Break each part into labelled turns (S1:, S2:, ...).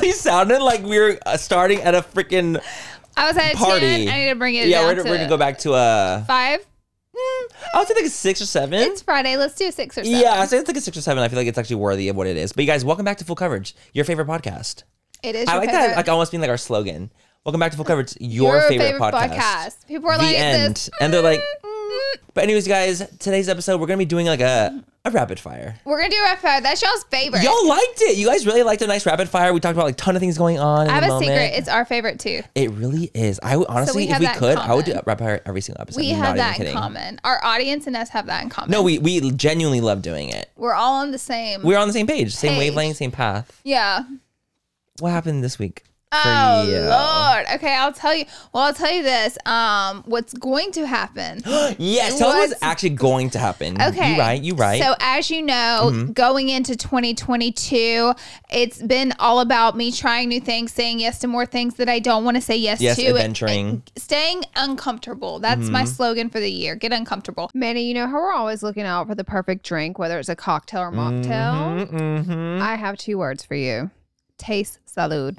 S1: sounded like we were uh, starting at a freaking
S2: I was at a
S1: party.
S2: 10. I need to bring it
S1: yeah,
S2: down
S1: we're,
S2: to
S1: we're gonna go back to a.
S2: Five. Mm,
S1: I would say like a six or seven.
S2: It's Friday. Let's do six or seven.
S1: yeah, I say it's like a six or seven. I feel like it's actually worthy of what it is. But you guys, welcome back to full coverage. Your favorite podcast.
S2: It is.
S1: I
S2: your
S1: like
S2: favorite.
S1: that. Like almost being like our slogan. Welcome back to full coverage. Your, favorite, podcast.
S2: People are
S1: The
S2: like,
S1: end.
S2: This,
S1: And they're like-
S2: Mm,
S1: But anyways, guys, today's episode we're gonna be doing like a a rapid fire.
S2: we're gonna do a fire. That's y'all's favorite.
S1: Y'all liked it. You guys really liked a nice rapid fire. We talked about like ton of things going on. In
S2: I have
S1: the
S2: a
S1: moment.
S2: secret. It's our favorite too.
S1: It really is. I would honestly,
S2: have
S1: if we
S2: that in
S1: could, I would do
S2: common.
S1: rapid fire every single episode.
S2: We
S1: I'm
S2: have
S1: not
S2: that
S1: even
S2: in
S1: kidding.
S2: common. Our audience and us have that in common.
S1: No, we we genuinely love doing it.
S2: we're all on the same.
S1: We're on the same page, same
S2: Page.
S1: wavelength, same path.
S2: yeah.
S1: What happened this week? for
S2: Oh
S1: you?
S2: Lord. Okay, I'll tell you. Well, I'll tell you this. Um, what's going to happen?
S1: Yes, tell us what's
S2: What's-
S1: actually going to happen.
S2: Okay.
S1: you right, you right. Mm-hmm.
S2: So, as you know, going into 2022, it's been all about me trying new things, saying yes to more things that I don't want to say yes,
S1: yes, Mm-hmm.
S2: to.
S1: adventuring.
S2: Staying uncomfortable. That's my slogan for the year. Get uncomfortable.
S3: Manny, you know how we're always looking out for the perfect drink, whether it's a cocktail or mocktail?
S1: Mhm.
S3: I have two words for you.
S2: Taste salud.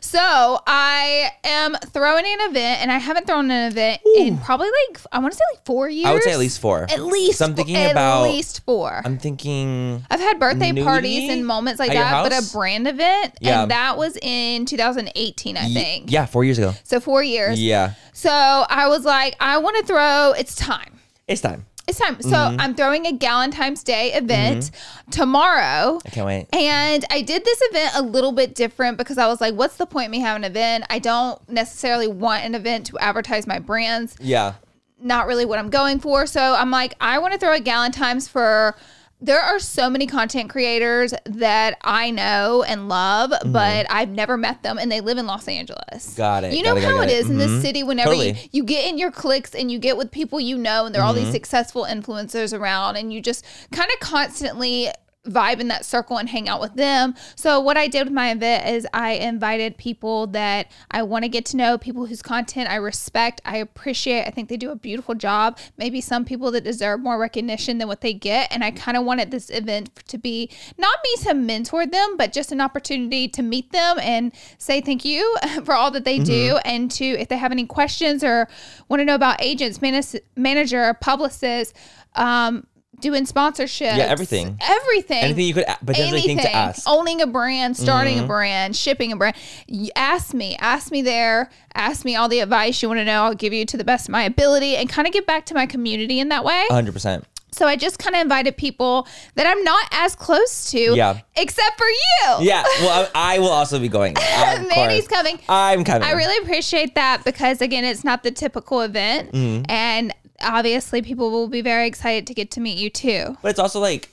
S2: So I am throwing an event, and I haven't thrown an event in probably like I want to say like four years.
S1: I would say at least four.
S2: At least.
S1: So I'm thinking
S2: at
S1: about-
S2: least four.
S1: I'm thinking.
S2: I've had birthday
S1: Nudity
S2: parties and moments like
S1: at your
S2: that, but
S1: house?
S2: a brand event,
S1: Yeah.
S2: and that was in 2018, I
S1: Ye-
S2: think.
S1: Yeah, four years ago.
S2: So four years.
S1: Yeah,
S2: So I was like, I want to throw. It's time.
S1: it's time.
S2: It's time. So
S1: Mm-hmm.
S2: I'm throwing a Galentine's Day event tomorrow.
S1: I can't wait.
S2: And I did this event a little bit different because I was like, what's the point in me having an event? I don't necessarily want an event to advertise my brands.
S1: Yeah,
S2: Not really what I'm going for. So I'm like, I want to throw a Galentine's for. There are so many content creators that I know and love, but I've never met them and they live in Los Angeles.
S1: Mm-hmm. Got it.
S2: You know
S1: Got it, got it,
S2: how
S1: got
S2: it
S1: it.
S2: is in
S1: Mhm.
S2: this city whenever you,
S1: Totally.
S2: you get in your clicks and you get with people you know and there are all these successful influencers around and you just kind of constantly vibe in that circle and hang out with them. So what I did with my event is I invited people that I want to get to know, people whose content I respect, I appreciate. I think they do a beautiful job. Maybe some people that deserve more recognition than what they get and I kind of wanted this event to be not me to mentor them, but just an opportunity to meet them and say thank you for all that they do
S1: Mm-hmm.
S2: and to if they have any questions or want to know about agents, manis- manager, publicist, um doing sponsorships.
S1: everything.
S2: Everything.
S1: anything you could a- potentially think to ask. Mm-hmm.
S2: Owning a brand, starting a brand, shipping a brand. Y- Ask me. Ask me there. Ask me all the advice you want to know. I'll give you to the best of my ability and kind of give back to my community in that way.
S1: hundred percent.
S2: So I just kind of invited people that I'm not as close to,
S1: Yeah.
S2: except for you.
S1: Yeah. Well, I, I will also be going. Of
S2: Manny's
S1: course.
S2: coming.
S1: I'm coming.
S2: I really appreciate that because again, it's not the typical event,
S1: Mm-hmm.
S2: and obviously people will be very excited to get to meet you too.
S1: But it's also like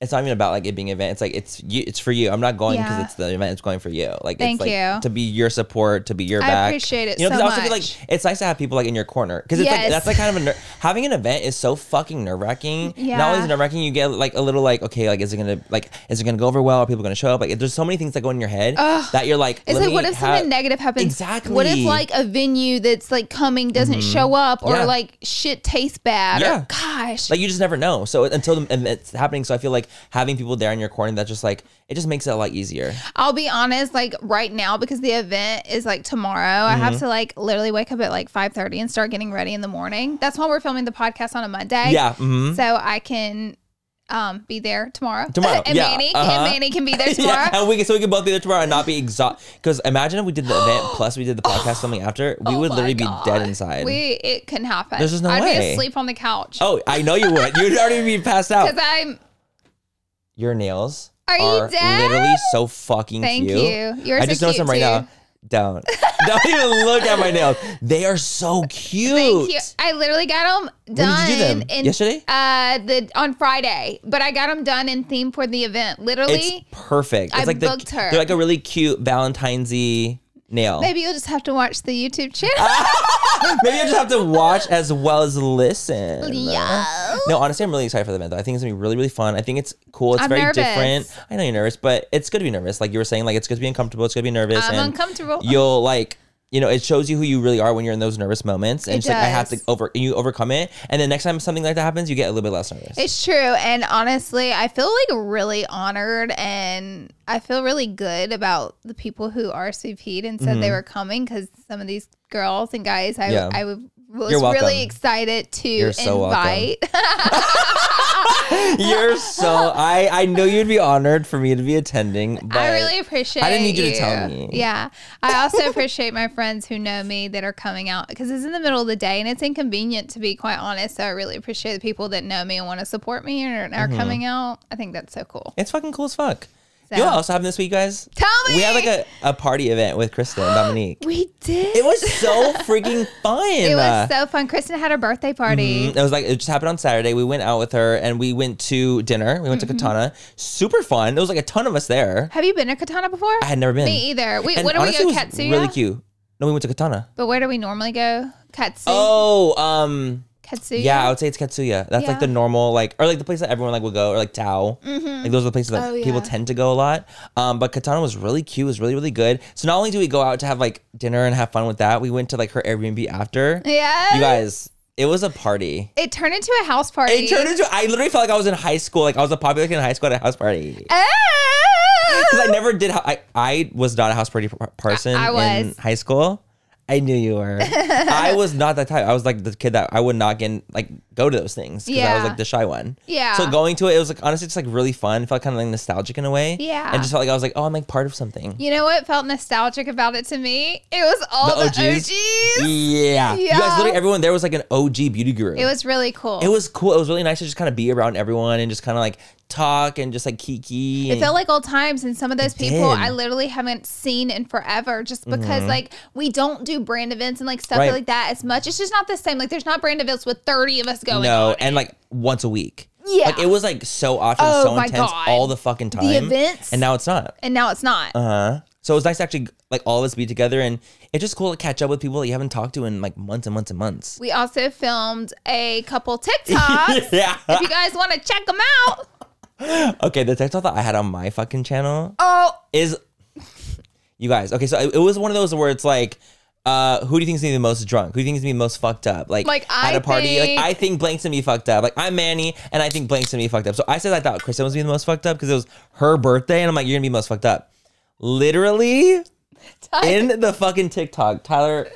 S1: it's not even about like it being an event. It's like it's you. It's for you. I'm not going because
S2: Yeah.
S1: it's the event. It's going for you. Like
S2: Thank
S1: it's like
S2: you.
S1: to be your support, to be your
S2: I
S1: back.
S2: appreciate it
S1: You know, 'cause
S2: so
S1: I also feel
S2: much.
S1: like it's nice to have people like in your corner because it's like
S2: Yes.
S1: that's like kind of a ner- having an event is so fucking nerve wracking. Not only is
S2: Yeah.
S1: it nerve wracking, you get like a little like okay, like is it gonna like is it gonna go over well? Are people gonna show up? Like there's so many things that go in your head that you're like.
S2: It's
S1: let
S2: like, what
S1: me
S2: if
S1: have-
S2: something negative happens?
S1: Exactly. Mm-hmm.
S2: What if like a venue that's like coming doesn't show up, or
S1: Yeah.
S2: like shit tastes bad?
S1: Yeah.
S2: Or, gosh.
S1: like you just never know. So until the, and it's happening, so I feel like having people there in your corner that just like it just makes it a lot easier.
S2: I'll be honest, like right now because the event is like tomorrow. I
S1: Mm-hmm.
S2: have to like literally wake up at like five thirty and start getting ready in the morning. That's why we're filming the podcast on a Monday.
S1: yeah. mhm.
S2: So I can. Um, be there tomorrow.
S1: Tomorrow,
S2: and
S1: yeah,
S2: Manny
S1: uh-huh.
S2: and Manny can be there tomorrow.
S1: Yeah, and we can, so we can both be there tomorrow and not be exhausted. Because imagine if we did the event plus we did the podcast something after, we would
S2: Oh my
S1: literally
S2: God.
S1: be dead inside.
S2: We it couldn't happen.
S1: There's just no
S2: I'd
S1: way.
S2: be asleep on the couch.
S1: oh, I know you would. You'd already be passed out.
S2: because I'm.
S1: Your nails
S2: Are you dead?
S1: literally so fucking
S2: Thank
S1: cute.
S2: you. Yours
S1: I
S2: are
S1: just noticed
S2: cute,
S1: them right
S2: too.
S1: now. Don't don't even look at my nails. They are so cute.
S2: Thank you. I literally got them
S1: When
S2: done.
S1: did you do them?
S2: in-
S1: Yesterday?
S2: Uh, the on Friday, but I got them done in theme for the event.
S1: It's
S2: Literally,
S1: perfect. It's
S2: I
S1: like the,
S2: booked her.
S1: They're like a really cute Valentine's-y nail.
S2: maybe you'll just have to watch the YouTube channel.
S1: Maybe I just have to watch as well as listen. No, honestly, I'm really excited for the event. Though. I think it's gonna be really, really fun. I think it's cool. It's
S2: I'm
S1: very
S2: nervous.
S1: different. I know you're nervous, but it's good to be nervous. Like you were saying, like it's good to be uncomfortable. It's good to be nervous.
S2: I'm
S1: and
S2: uncomfortable.
S1: You'll like, you know, it shows you who you really are when you're in those nervous moments. And
S2: It
S1: it's like I have to
S2: does.
S1: over, you overcome it. And then next time something like that happens, you get a little bit less nervous.
S2: It's true. And honestly, I feel like really honored and I feel really good about the people who RSVP'd and said they were coming because some of these girls and guys I,
S1: Mm-hmm. Yeah.
S2: I would- was
S1: You're welcome.
S2: really excited to
S1: You're so
S2: invite.
S1: you're so I, I know you'd be honored for me to be attending. But
S2: I really appreciate
S1: I didn't need you to tell me.
S2: Yeah. I also appreciate my friends who know me that are coming out because it's in the middle of the day and it's inconvenient to be quite honest. So I really appreciate the people that know me and want to support me and
S1: Mm-hmm.
S2: are coming out. I think that's so cool.
S1: It's fucking cool as fuck.
S2: So-
S1: You know what else happened this week, guys?
S2: Tell me.
S1: We had like a, a party event with Krista and Dominique.
S2: We did.
S1: It was so freaking fun.
S2: It was so fun. Kristen had her birthday party.
S1: Mhm. It was like it just happened on Saturday. We went out with her and we went to dinner. We went
S2: Mm-hmm.
S1: to Katana. Super fun. There was like a ton of us there.
S2: Have you been to Katana before?
S1: I had never been.
S2: Me either. We,
S1: And
S2: what do we
S1: honestly,
S2: go?
S1: it was
S2: Katsuya?
S1: Really cute. No, we went to Katana.
S2: But where do we normally go? Katsu.
S1: Oh, um,
S2: Katsuya.
S1: yeah, I would say it's Katsuya. That's like
S2: Yeah.
S1: the normal, like, or like the place that everyone like will go, or like Tao. Like those are the places that
S2: Oh,
S1: people
S2: yeah.
S1: tend to go a lot. Um, but Katana was really cute. was really really good. So not only do we go out to have like dinner and have fun with that, we went to like her Airbnb after.
S2: Yeah.
S1: You guys, it was a party.
S2: It turned into a house party.
S1: It turned into. I literally felt like I was in high school. Like I was a popular kid in high school at a house party.
S2: Oh!
S1: Because I never did. ho- I I was not a house party per- person
S2: I- I
S1: in
S2: was.
S1: high school. I knew you were. I was not that type. I was like the kid that I would not get in- like go to those things because I was
S2: Yeah.
S1: like the shy one.
S2: Yeah.
S1: So going to it, it was like honestly just like really fun. Felt kind of like nostalgic in a way.
S2: Yeah.
S1: And just felt like I was like, oh, I'm like part of something.
S2: You know what felt nostalgic about it to me? It was all
S1: The
S2: the, OGs.
S1: OGs? Yeah. You guys,
S2: Yeah.
S1: literally everyone there was like an OG beauty guru.
S2: It was really cool.
S1: It was cool. It was really nice to just kind of be around everyone and just kind of like talk and just like kiki.
S2: It felt like old times, and some of those people
S1: did. Mm-hmm.
S2: I literally haven't seen in forever, just because like we don't do brand events and like stuff
S1: Right.
S2: like that as much. It's just not the same. Like there's not brand events with thirty of us going.
S1: no,
S2: on.
S1: and like once a week.
S2: oh, Yeah.
S1: like it was like so often,
S2: Oh
S1: so
S2: my
S1: intense,
S2: God.
S1: all the fucking time.
S2: events.
S1: and now it's not.
S2: and now it's not.
S1: Uh huh. So it was nice to actually like all of us be together, and it's just cool to catch up with people that you haven't talked to in like months and months and months.
S2: we also filmed a couple TikToks.
S1: yeah.
S2: If you guys want to check them out,
S1: okay, the TikTok that I had on my fucking channel
S2: oh,
S1: is you guys. Okay, so it, it was one of those where it's like, uh, who do you think's gonna be the most drunk? Who do you think's gonna be the most fucked up? Like,
S2: Like, I
S1: at a party,
S2: think-
S1: like I think blank's gonna be fucked up. Like I'm Manny, and I think blank's gonna be fucked up. So I said I thought Kristen was gonna be the most fucked up because it was her birthday, and I'm like, you're gonna be the most fucked up. Literally in the fucking TikTok, Tyler.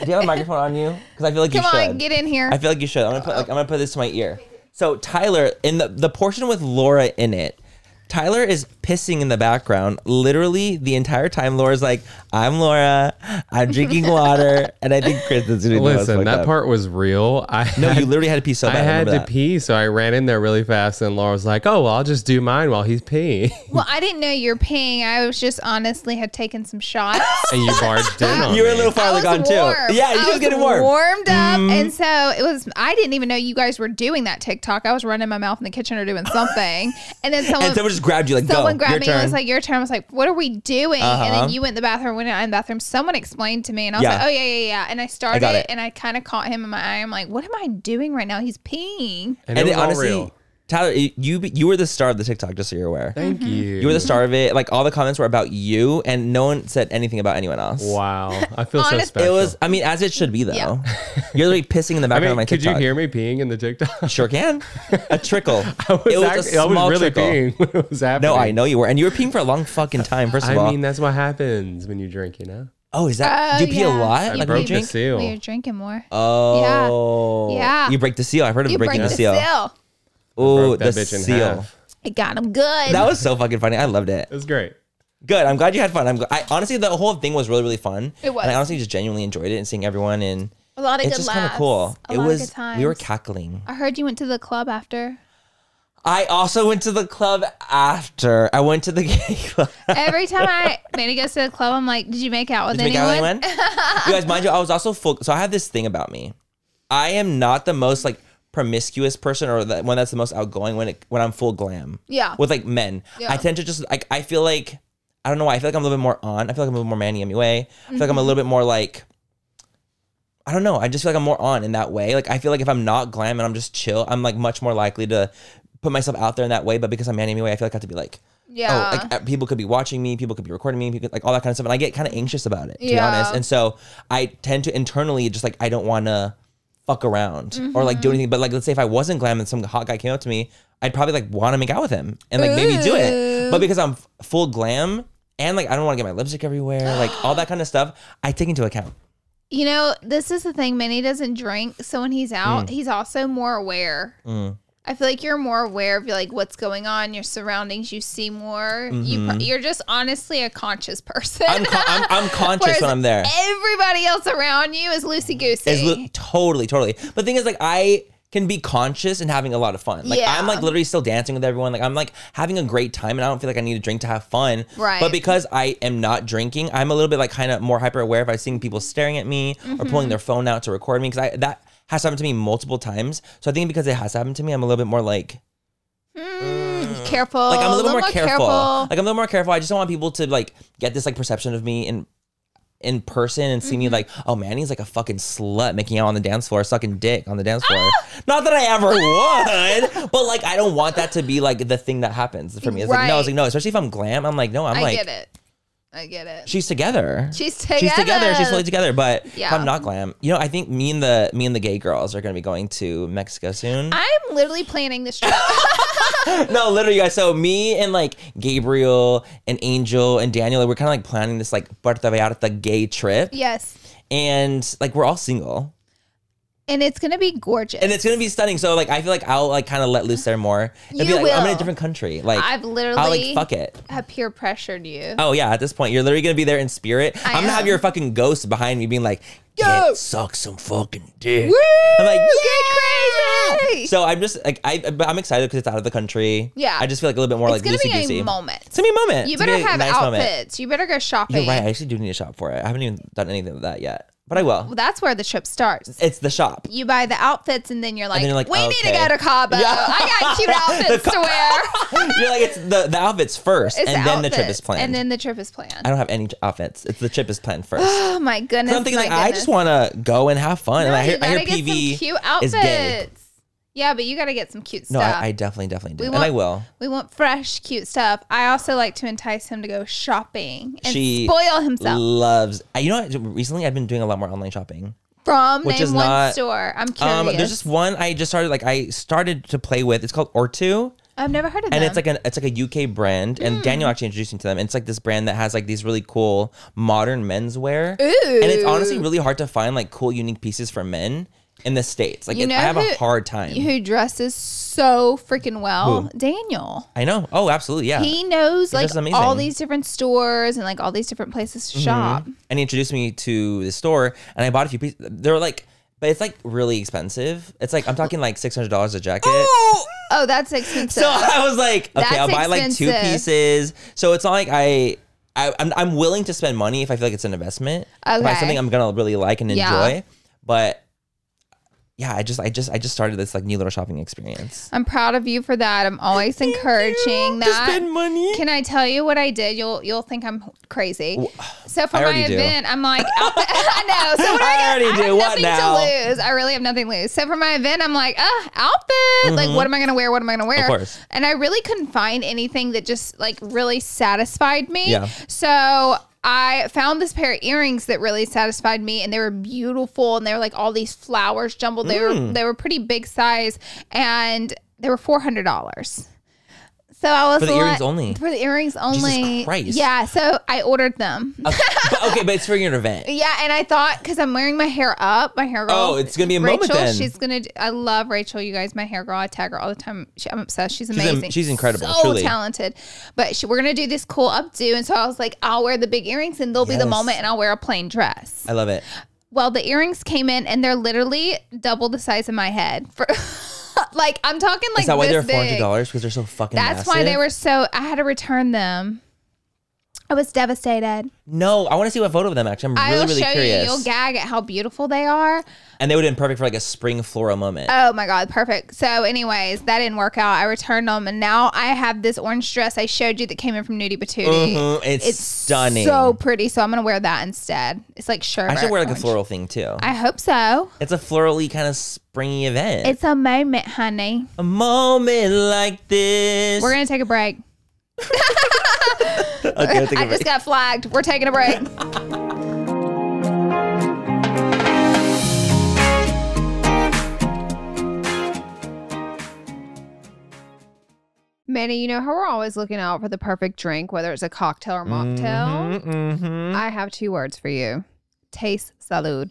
S1: Do you have a microphone on you? Because I feel like
S2: come
S1: you should.
S2: on, get in here.
S1: I feel like you should. I'm gonna put like I'm gonna put this to my ear. So Tyler, in the the portion with Laura in it, Tyler is pissing in the background. Literally the entire time, Laura's like, "I'm Laura. I'm drinking water," and I think Chris is doing
S4: Listen, that part was real. I
S1: No,
S4: had,
S1: you literally had to pee so
S4: I
S1: bad.
S4: had to
S1: remember that.
S4: pee, so I ran in there really fast, and Laura was like, "Oh, well, I'll just do mine while he's peeing,"
S2: Well, I didn't know you were peeing. I was just honestly had taken some shots.
S4: and you barged in. on
S1: You were a
S4: me.
S1: little farther
S2: I
S1: gone
S2: was
S1: too.
S2: warm.
S1: Yeah,
S2: I
S1: you
S2: was
S1: just getting warm. Mm-hmm.
S2: Warmed up, and so it was. I didn't even know you guys were doing that TikTok. I was running my mouth in the kitchen or doing something, and then someone.
S1: And someone just grabbed you like,
S2: Someone
S1: "Go,
S2: grabbed
S1: your
S2: me
S1: turn."
S2: and was like, "Your turn." I was like, "What are we doing?" And
S1: Uh-huh.
S2: then you went in the bathroom. When I in the bathroom, someone explained to me, and I was
S1: Yeah.
S2: like, "Oh yeah, yeah, yeah." And I started,
S1: it.
S2: and I kind of caught him in my eye. I'm like, "What am I doing right now?" He's peeing.
S4: and, it was all real.
S1: Tyler, you you were the star of the TikTok, just so you're aware.
S4: Thank
S2: Mm-hmm.
S4: you.
S1: You were the star of it. Like all the comments were about you, and no one said anything about anyone else.
S4: Wow, I feel so
S2: Honest-
S1: It
S4: special.
S1: was, I mean, as it should be though.
S2: Yeah.
S1: You're literally pissing in the
S4: I
S1: background
S4: mean,
S1: of my
S4: could
S1: TikTok.
S4: you hear me peeing in the TikTok?
S1: Sure can. A trickle. it was
S4: act-
S1: a
S4: I was
S1: small
S4: really
S1: trickle.
S4: peeing when it was happening.
S1: No, I know you were, and you were peeing for a long fucking time. First of
S4: I
S1: all,
S4: mean, that's what happens when you drink. You know,
S1: oh, is that
S2: Oh,
S1: do you pee a
S2: yeah.
S1: lot?
S2: I
S1: like when
S4: broke
S1: you
S4: the
S1: drink?
S4: seal.
S2: We were drinking more.
S1: Oh,
S2: Yeah.
S1: You break the seal. I've heard of
S2: you break
S1: breaking
S2: the
S1: the seal.
S2: seal.
S1: Oh,
S4: Broke
S1: the
S4: that bitch in
S1: seal.
S4: half.
S2: It got him good.
S1: That was so fucking funny. I loved it.
S4: It was great.
S1: Good. I'm glad you had fun. I'm. gl- I honestly, the whole thing was really, really fun.
S2: It was.
S1: And I honestly just genuinely enjoyed it and seeing everyone and
S2: a lot of
S1: it's
S2: good
S1: just kind of
S2: laughs.
S1: cool.
S2: A
S1: it
S2: lot
S1: was.
S2: of good times.
S1: We were cackling.
S2: I heard you went to the club after.
S1: I also went to the club after. I went to the gay club.
S2: Every time I Manny goes to the club, I'm like, "Did you make out with
S1: Did you make out
S2: anyone?"
S1: with anyone? you guys, mind you, I was also full. So I have this thing about me. I am not the most like promiscuous person or the one that's the most outgoing when it when I'm full glam.
S2: Yeah.
S1: With like men, I tend to just like I feel like I don't know why I feel like I'm a little bit more on. I feel like I'm a little more Manny MUA. I feel like I'm a
S2: Mm-hmm.
S1: little bit more like. I don't know. I just feel like I'm more on in that way. Like I feel like if I'm not glam and I'm just chill, I'm like much more likely to put myself out there in that way. But because I'm Manny MUA, I feel like I have to be like,
S2: Yeah.
S1: oh, like uh, people could be watching me, people could be recording me, people, like all that kind of stuff. And I get kind of anxious about it, to be
S2: Yeah.
S1: honest. And so I tend to internally just like, I don't want to fuck around or like do
S2: Mm-hmm.
S1: anything. But like, let's say if I wasn't glam and some hot guy came up to me, I'd probably like want to make out with him and like maybe do it. But because I'm f- full glam and like, I don't want to get my lipstick everywhere, like all that kind of stuff, I take into account.
S2: you know, this is the thing. Manny doesn't drink, so when
S1: Hmm.
S2: he's out, he's also more aware. I feel like you're more aware of like what's going on, your surroundings. You see more. You pro- you're just honestly a conscious person.
S1: Mm-hmm. I'm, con- I'm, I'm conscious when
S2: Whereas
S1: I'm there.
S2: Everybody else around you is loosey goosey.
S1: It's li- totally, totally. But the thing is, like, I can be conscious and having a lot of fun. Like,
S2: Yeah.
S1: I'm like literally still dancing with everyone. Like, I'm like having a great time, and I don't feel like I need a drink to have fun.
S2: Right.
S1: But because I am not drinking, I'm a little bit like kind of more hyper aware if I'm seeing people staring at me
S2: Mm-hmm.
S1: or pulling their phone out to record me because I that has happened to me multiple times. So I think because it has happened to me, I'm a little bit more like
S2: Hmm. careful.
S1: mm. like I'm a little, more, careful. Like I'm a little more careful. I just don't want people to like get this like perception of me in in person and see me
S2: Mm-hmm.
S1: like, oh man, he's like a fucking slut making out on the dance floor, sucking dick on the dance floor.
S2: Ah!
S1: Not that I ever would, but like I don't want that to be like the thing that happens for me. It's like no, it's
S2: Right.
S1: like no, especially if I'm glam. I'm like no, I'm
S2: I
S1: like
S2: get it. I get it.
S1: she's together.
S2: She's
S1: She's together. She's
S2: together.
S1: fully together. But if
S2: Yeah.
S1: I'm not glam, you know, I think me and the me and the gay girls are gonna be going to Mexico soon.
S2: I'm literally planning this trip.
S1: No, literally, guys. So me and like Gabriel and Angel and Daniel, we're kind of like planning this like Puerto Vallarta gay trip,
S2: yes.
S1: and like we're all single,
S2: And it's gonna be gorgeous.
S1: and it's gonna be stunning. So like, I feel like I'll like kind of let loose there more. and be
S2: You
S1: like, I'm in a
S2: will.
S1: different country. Like
S2: I've literally
S1: I'll like fuck it.
S2: have peer pressured you.
S1: Oh yeah, at this point, you're literally gonna be there in spirit. I am gonna have
S2: am.
S1: your fucking ghost behind me being like,
S2: Yo.
S1: "Get suck some fucking dick." I'm like,
S2: get crazy.
S1: Uh, So I'm just like I, but I'm excited because it's out of the country.
S2: Yeah.
S1: I just feel like a little bit more
S2: it's
S1: like
S2: gonna
S1: loosey
S2: be
S1: goosey.
S2: a moment.
S1: It's gonna be a moment.
S2: You
S1: It's gonna
S2: better
S1: be a
S2: have
S1: nice
S2: outfits.
S1: moment.
S2: You better go shopping.
S1: You're right. I actually do need to shop for it. I haven't even done anything with that yet, but I will.
S2: Well, that's where the trip starts.
S1: It's the shop.
S2: You buy the outfits and then you're like,
S1: then you're like,
S2: we need to
S1: okay.
S2: go to Cabo.
S1: Yeah.
S2: I got cute outfits to wear.
S1: You're like it's the the outfits first,
S2: It's
S1: and then the trip
S2: outfits,
S1: is planned.
S2: And then the trip is planned.
S1: I don't have any outfits. It's the trip is planned first. So
S2: Oh my goodness.
S1: I'm thinking
S2: my
S1: like I
S2: goodness.
S1: just want to go and have fun. and
S2: No,
S1: I hear
S2: you
S1: I
S2: gotta
S1: hear
S2: get
S1: PV
S2: some cute
S1: is gay.
S2: outfits. Yeah, but you gotta get some cute
S1: No,
S2: stuff.
S1: I, I definitely definitely do,
S2: We
S1: and
S2: want-
S1: I will.
S2: we want fresh, cute stuff. I also like to entice him to go shopping and
S1: She
S2: spoil himself
S1: Loves. I- You know, what? recently I've been doing a lot more online shopping.
S2: from
S1: which
S2: name
S1: is
S2: one
S1: not-
S2: store. I'm curious.
S1: Um, there's just one I just started. Like I started to play with. It's called Ortu.
S2: I've never heard of
S1: and
S2: them.
S1: it's like an it's like a UK brand, and
S2: Mm.
S1: Daniel actually introduced me to them. And it's like this brand that has like these really cool modern menswear, and it's honestly really hard to find like cool, unique pieces for men. in the states. Like
S2: You
S1: it,
S2: know
S1: I have a
S2: who-
S1: hard time.
S2: Who dresses so freaking well?
S4: Who?
S2: Daniel.
S1: I know. Oh, absolutely. Yeah.
S2: He knows like
S1: dresses amazing. Mm-hmm.
S2: all these different stores and like all these different places to shop.
S1: and he introduced me to the store and I bought a few pieces. They were like, but it's like really expensive. It's like, I'm talking like $600 a jacket.
S2: Oh, that's expensive.
S1: So I was like, okay,
S2: That's
S1: I'll buy like two
S2: expensive.
S1: pieces. So it's not like I, I I'm, I'm willing to spend money if I feel like it's an investment. If
S2: Okay.
S1: it's something I'm gonna really like and
S2: Yeah.
S1: enjoy. But yeah, I just I just I just started this like new little shopping experience.
S2: I'm proud of you for that. I'm always encouraging that.
S1: money.
S2: Can I tell you what I did? You'll you'll think I'm crazy. So for
S1: I
S2: my
S1: already do.
S2: event, I'm like, out the- I know. So what do
S1: I
S2: I,
S1: already
S2: got? I
S1: do.
S2: have
S1: What
S2: nothing
S1: now?
S2: to lose. I really have nothing to lose. So for my event, I'm like, uh, outfit. Like, what am I gonna wear? What am I gonna wear?
S1: Mm-hmm. course.
S2: And I really couldn't find anything that just like really satisfied me.
S1: Yeah.
S2: So. I found this pair of earrings that really satisfied me, and they were beautiful, and they were like all these flowers jumbled. They were
S1: Mm.
S2: they were pretty big size, and they were four hundred dollars. So I was
S1: For the
S2: like-
S1: earrings only.
S2: For the earrings only.
S1: Christ.
S2: Yeah, so I ordered them.
S1: but, okay, but it's for your event.
S2: Yeah, and I thought because I'm wearing my hair up, my hair girl.
S1: Oh, it's gonna be a
S2: Rachel,
S1: moment then.
S2: She's gonna. do- I love Rachel. You guys, my hair girl. I tag her all the time. She, I'm obsessed. She's
S1: am-
S2: amazing.
S1: she's incredible,
S2: So
S1: truly.
S2: talented. But she, we're gonna do this cool updo, and so I was like, I'll wear the big earrings, and there'll be the
S1: Yes.
S2: moment, and I'll wear a plain dress.
S1: I love it.
S2: Well, the earrings came in, and they're literally double the size of my head. For like, I'm talking like
S1: Is that why they're
S2: this
S1: four hundred
S2: big.
S1: dollars? Because they're so fucking.
S2: That's why they
S1: massive?
S2: were so. I had to return them. I was devastated.
S1: No, I want to see what photo of them. Actually, I'm really
S2: I'll
S1: really
S2: show
S1: curious.
S2: you. You'll gag at how beautiful they are.
S1: and they would have been perfect for like a spring floral moment.
S2: Oh my god, perfect. So, anyways, that didn't work out. I returned them, and now I have this orange dress I showed you that came in from Nudie Patootie.
S1: Mhm, It's,
S2: It's
S1: stunning.
S2: so pretty. So I'm gonna wear that instead. It's like sherbet.
S1: I should wear like
S2: orange.
S1: a floral thing too.
S2: I hope so.
S1: It's a florally kind of springy event.
S2: It's a moment, honey.
S1: a moment like this.
S2: We're gonna take a break.
S1: okay, I'll take
S2: I
S1: a
S2: just
S1: break.
S2: got flagged. We're taking a break.
S3: Manny, you know how we're always looking out for the perfect drink, whether it's a cocktail or mocktail?
S1: Mhm.
S3: I have two words for you. Taste salud.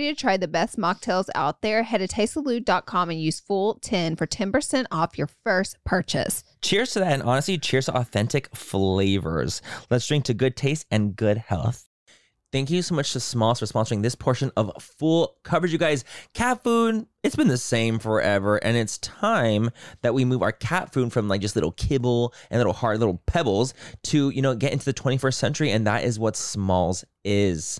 S3: to try the best mocktails out there, head to tastesalud.com and use full 10 for 10% off your first purchase.
S1: Cheers to that, and honestly, cheers to authentic flavors. Let's drink to good taste and good health. Thank you so much to Smalls for sponsoring this portion of full coverage, you guys. Cat food, it's been the same forever, and it's time that we move our cat food from like just little kibble and little hard little pebbles to, you know, get into the 21st century, and that is what Smalls is.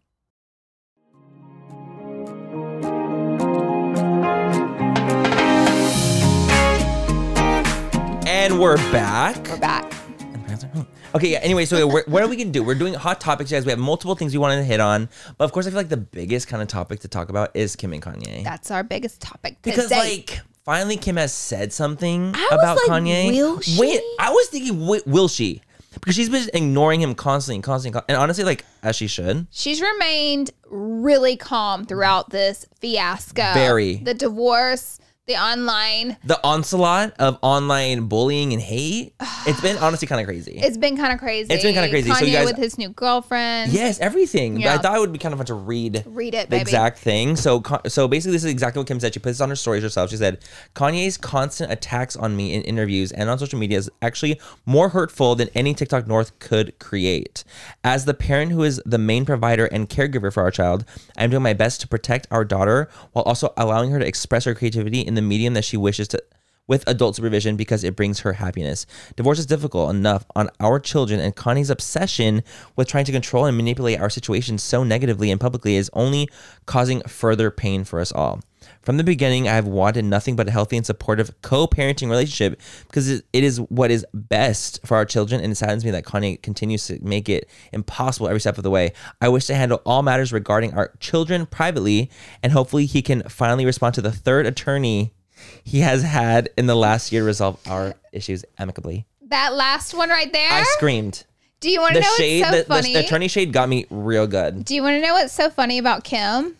S1: And we're back.
S3: We're back.
S1: And parents are home. Okay, yeah. Anyway, so we're, what are we gonna do? We're doing hot topics, guys. We have multiple things we wanted to hit on, but of course, I feel like the biggest kind of topic to talk about is Kim and Kanye.
S2: That's our biggest topic today.
S1: because like finally Kim has said something
S2: was
S1: about
S2: like,
S1: Kanye.
S2: will
S1: Wait,
S2: she?
S1: I was thinking, wi- will she? Because she's been ignoring him constantly and constantly, and honestly, like as she should.
S2: she's remained really calm throughout this fiasco.
S1: Very.
S2: The divorce, the online.
S1: The onslaught of online bullying and hate. It's been honestly kind of crazy.
S2: It's been kind of crazy.
S1: It's been kinda crazy.
S2: Kanye
S1: So you guys-
S2: with his new girlfriend.
S1: Yes, everything. But
S2: Yeah.
S1: I thought it would be kind of fun to read
S2: Read it,
S1: the
S2: baby.
S1: exact thing. So, Con- so basically, this is exactly what Kim said. She put this on her stories herself. She said, "Kanye's constant attacks on me in interviews and on social media is actually more hurtful than any TikTok North could create. As the parent who is the main provider and caregiver for our child, I'm doing my best to protect our daughter while also allowing her to express her creativity in the medium that she wishes to." with adult supervision because it brings her happiness. Divorce is difficult enough on our children, and Connie's obsession with trying to control and manipulate our situation so negatively and publicly is only causing further pain for us all. From the beginning, I have wanted nothing but a healthy and supportive co parenting relationship because it it is what is best for our children, and it saddens me that Connie continues to make it impossible every step of the way. I wish to handle all matters regarding our children privately, and hopefully, he can finally respond to the third attorney he has had in the last year resolve our issues amicably.
S2: That last one right there.
S1: I screamed.
S2: Do you want to
S1: The
S2: Ah, know
S1: shade,
S2: what's so
S1: the, the-
S2: funny?
S1: the attorney shade got me real good.
S2: Do you want to know what's so funny about Kim?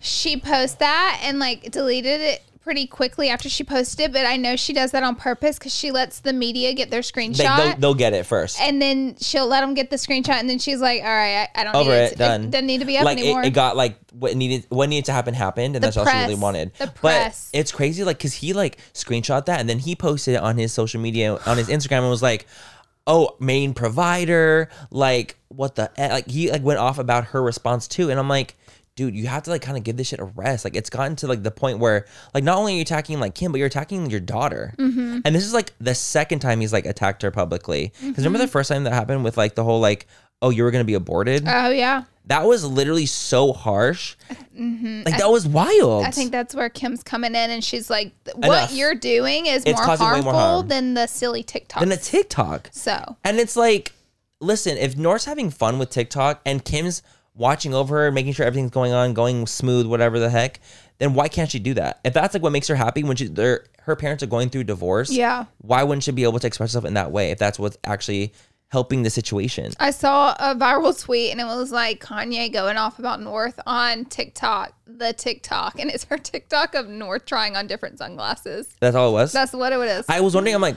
S2: She posted that and like deleted it pretty quickly after she posted it, but I know she does that on purpose because she lets the media get their
S1: They, they'll,
S2: screenshot.
S1: they'll get it first.
S2: and then she'll let them get the screenshot, and then she's like, "All right, I, I don't
S1: Over
S2: need
S1: it, done.
S2: It doesn't need to be up
S1: like
S2: anymore."
S1: it, it got like what needed what needed to happen happened, and that's all she really
S2: press.
S1: wanted.
S2: The press.
S1: But it's crazy, like because he like screenshot that and then he posted it on his social media on his Instagram and was like, "Oh, main provider, like what the e-" like he like went off about her response too," and I'm like. Dude, you have to like kind of give this shit a rest. Like it's gotten to like the point where like not only are you attacking like Kim, but you're attacking your daughter.
S2: Mm-hmm.
S1: And this is like the second time he's like attacked her publicly. Because remember
S2: Mm-hmm.
S1: the first time that happened with like the whole like, oh, you were gonna be aborted
S2: oh yeah,
S1: that was literally so harsh. Like that was wild.
S2: Mm-hmm. I think that's where Kim's coming in, and she's like, "What
S1: Enough.
S2: you're doing is
S1: It's
S2: more
S1: causing way
S2: harmful
S1: more harm.
S2: than the silly TikTok."
S1: than a TikTok.
S2: so
S1: And it's like, listen, if North's having fun with TikTok and Kim's watching over her, making sure everything's going on, going smooth, whatever the heck, then why can't she do that? If that's like what makes her happy when she their her parents are going through divorce,
S2: Yeah.
S1: why wouldn't she be able to express herself in that way if that's what's actually helping the situation?
S2: I saw a viral tweet and it was like Kanye going off about North on TikTok, the TikTok, and it's her TikTok of North trying on different sunglasses.
S1: That's all it was.
S2: That's what it is.
S1: I was wondering, I'm like,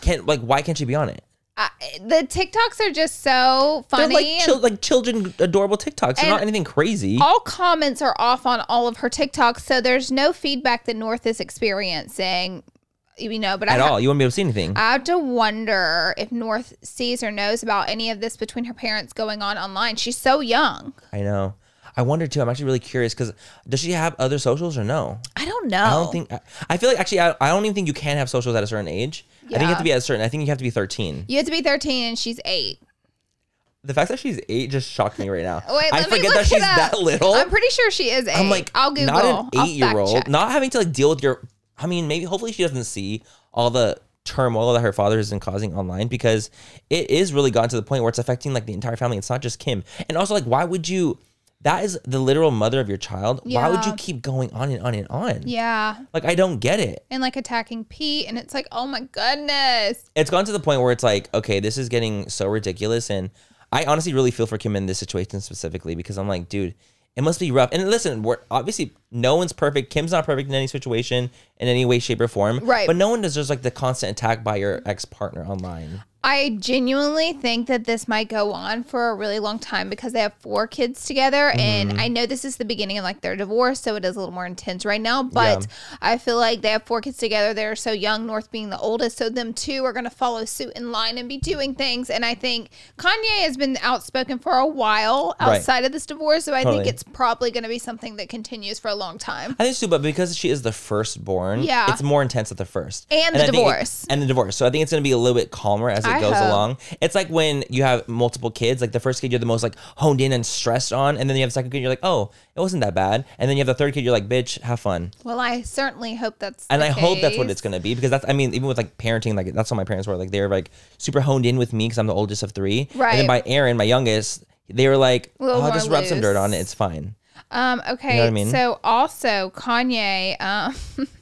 S1: can like why can't she be on it?
S2: I, the TikToks are just so funny.
S1: They're like,
S2: and
S1: chil- like children adorable TikToks. They're
S2: And
S1: not anything crazy.
S2: all comments are off on all of her TikToks, so there's no feedback that North is experiencing, you know. But I
S1: at
S2: ha-
S1: all. You wouldn't be able to see anything.
S2: I have to wonder if North sees or knows about any of this between her parents going on online. She's so young.
S1: I know. I wonder too. I'm actually really curious because does she have other socials or no?
S2: I don't know.
S1: I don't think. I, I feel like actually, I, I don't even think you can have socials at a certain age. I think you have
S2: Yeah.
S1: to be at a certain. I think you have to be 13.
S2: you have to be 13 and she's eight.
S1: The fact that she's eight just shocked me right now.
S2: Wait,
S1: I
S2: let me
S1: forget
S2: look
S1: that
S2: it
S1: she's
S2: up.
S1: that little.
S2: I'm pretty sure she is eight.
S1: I'm like,
S2: I'll Google.
S1: Not an
S2: I'll
S1: eight year
S2: fact
S1: old.
S2: check.
S1: Not having to like deal with your. I mean, maybe hopefully she doesn't see all the turmoil that her father has been causing online because it is really gotten to the point where it's affecting like the entire family. It's not just Kim. And also, like, why would you? That is the literal mother of your child. Why would you
S2: Yeah.
S1: keep going on and on and on?
S2: Yeah,
S1: Like, I don't get it.
S2: and like attacking Pete, and it's like, oh my goodness.
S1: It's gone to the point where it's like, okay, this is getting so ridiculous. And I honestly really feel for Kim in this situation specifically because I'm like, dude, it must be rough. And listen, we're obviously no one's perfect. Kim's not perfect in any situation in any way, shape, or form.
S2: Right.
S1: But no one deserves like the constant attack by your ex partner online.
S2: I genuinely think that this might go on for a really long time because they have four kids together,
S1: Mm-hmm.
S2: and I know this is the beginning of like their divorce, so it is a little more intense right now. But I feel like they have four kids together; they're so young. North being the oldest, so them two are going to follow suit in line and be doing things. And I think Kanye has been outspoken for a while
S1: Right.
S2: outside of this divorce, so I think
S1: Totally.
S2: it's probably going to be something that continues for a long time.
S1: I think so, but because she is the firstborn,
S2: Yeah.
S1: it's more intense at the first.
S2: And the
S1: I think it-
S2: divorce.
S1: and the divorce. So I think it's going to be a little bit calmer as it
S2: I
S3: I
S1: goes
S3: hope.
S1: along. It's like when you have multiple kids, like the first kid you're the most like honed in and stressed on, and then you have the second kid, you're like, oh, it wasn't that bad. And then you have the third kid, you're like, bitch, have fun.
S2: Well, I certainly hope that's
S1: And
S2: the
S1: I hope that's what
S2: case.
S1: it's gonna be because that's I mean, even with like parenting, like that's what my parents were. Like they were like super honed in with me because I'm the oldest of three. And then
S2: Right.
S1: by Aaron, my youngest, they were like,
S2: A little
S1: Oh,
S2: more
S1: just rub some dirt
S2: loose.
S1: on it, it's fine.
S2: Um, okay.
S1: what I mean?
S2: So also Kanye, um,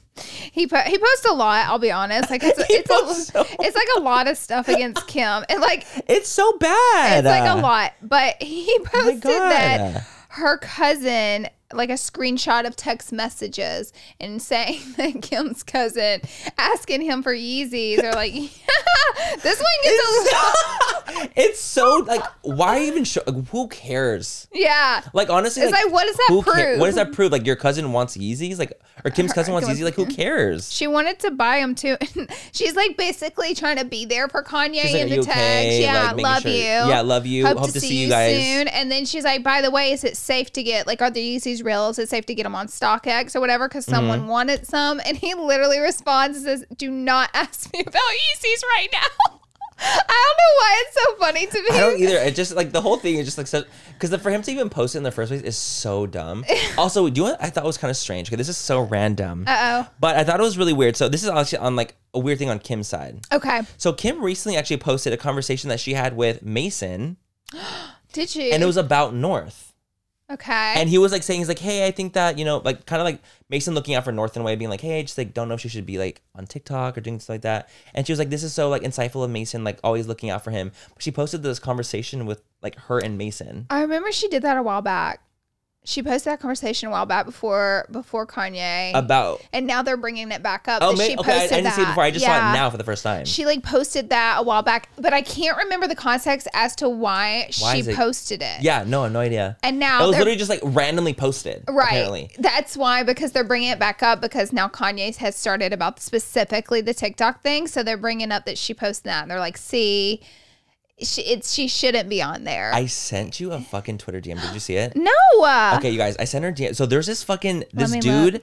S2: he po- he posts a lot. I'll be honest. Like it's a, it's,
S1: posts
S2: a,
S1: so
S2: it's like a lot of stuff against Kim, and like
S1: It's so bad.
S2: it's like a
S1: Uh,
S2: lot. But he posted
S1: Oh God.
S2: that her cousin. Like a screenshot of text messages and saying that Kim's cousin asking him for Yeezys or like this one gets a
S1: It's so like why even show like, who cares?
S2: yeah
S1: Like honestly,
S2: It's like, what does that
S1: who ca-
S2: prove?
S1: what does that prove? Like your cousin wants Yeezys, like or Kim's cousin wants Yeezys. Like who cares?
S2: She wanted to buy him too. she's like basically trying to be there for Kanye
S1: She's like,
S2: in
S1: "Are
S2: the
S1: you
S2: text.
S1: okay?"
S2: Yeah,
S1: Like, making
S2: love
S1: sure-
S2: you.
S1: yeah, love you.
S2: Hope,
S1: Hope to see you guys.
S2: soon. And then she's like, by the way, is it safe to get like are the Yeezys real? Is it safe to get them on StockX or whatever?
S1: Mm-hmm.
S2: Because someone wanted some, and he literally responds and says, "Do not ask me about Yeezys right now." I don't know why it's so funny to me.
S1: I don't either. It just like the whole thing is just like such because for him to even post it in the first place is so dumb. also, do you know what I thought was kind of strange? 'Cause this is so random.
S2: Uh oh.
S1: But I thought it was really weird. So this is actually on like a weird thing on Kim's side.
S2: Okay.
S1: So Kim recently actually posted a conversation that she had with Mason,
S2: Did you?
S1: and it was about North.
S2: okay.
S1: and he was like saying he's like hey i think that you know like kind of like mason looking out for north and way being like hey i just like don't know if she should be like on tiktok or doing stuff like that and she was like this is so like insightful of mason like always looking out for him but she posted this conversation with like her and mason
S2: I remember she did that a while back. She posted that conversation a while back before before Kanye.
S1: about
S2: and now they're bringing it back up.
S1: oh
S2: that
S1: ma-
S2: she
S1: okay I, I
S2: posted
S1: didn't
S2: that.
S1: see it before i just saw
S2: Yeah.
S1: it now for the first time
S2: She like posted that a while back, but I can't remember the context as to why,
S1: Why is
S2: she
S1: it-
S2: posted it.
S1: yeah no no idea
S2: and
S1: it
S2: now
S1: was
S2: they're
S1: literally just like randomly posted
S2: right.
S1: apparently
S2: That's why because they're bringing it back up because now Kanye has started about specifically the TikTok thing, so they're bringing up that she posted that, and they're like, "See, she it's she shouldn't be on there."
S1: i sent you a fucking twitter dm did you see it
S2: no. uh,
S1: Okay, you guys, I sent her DM. So there's this fucking this
S2: me
S1: dude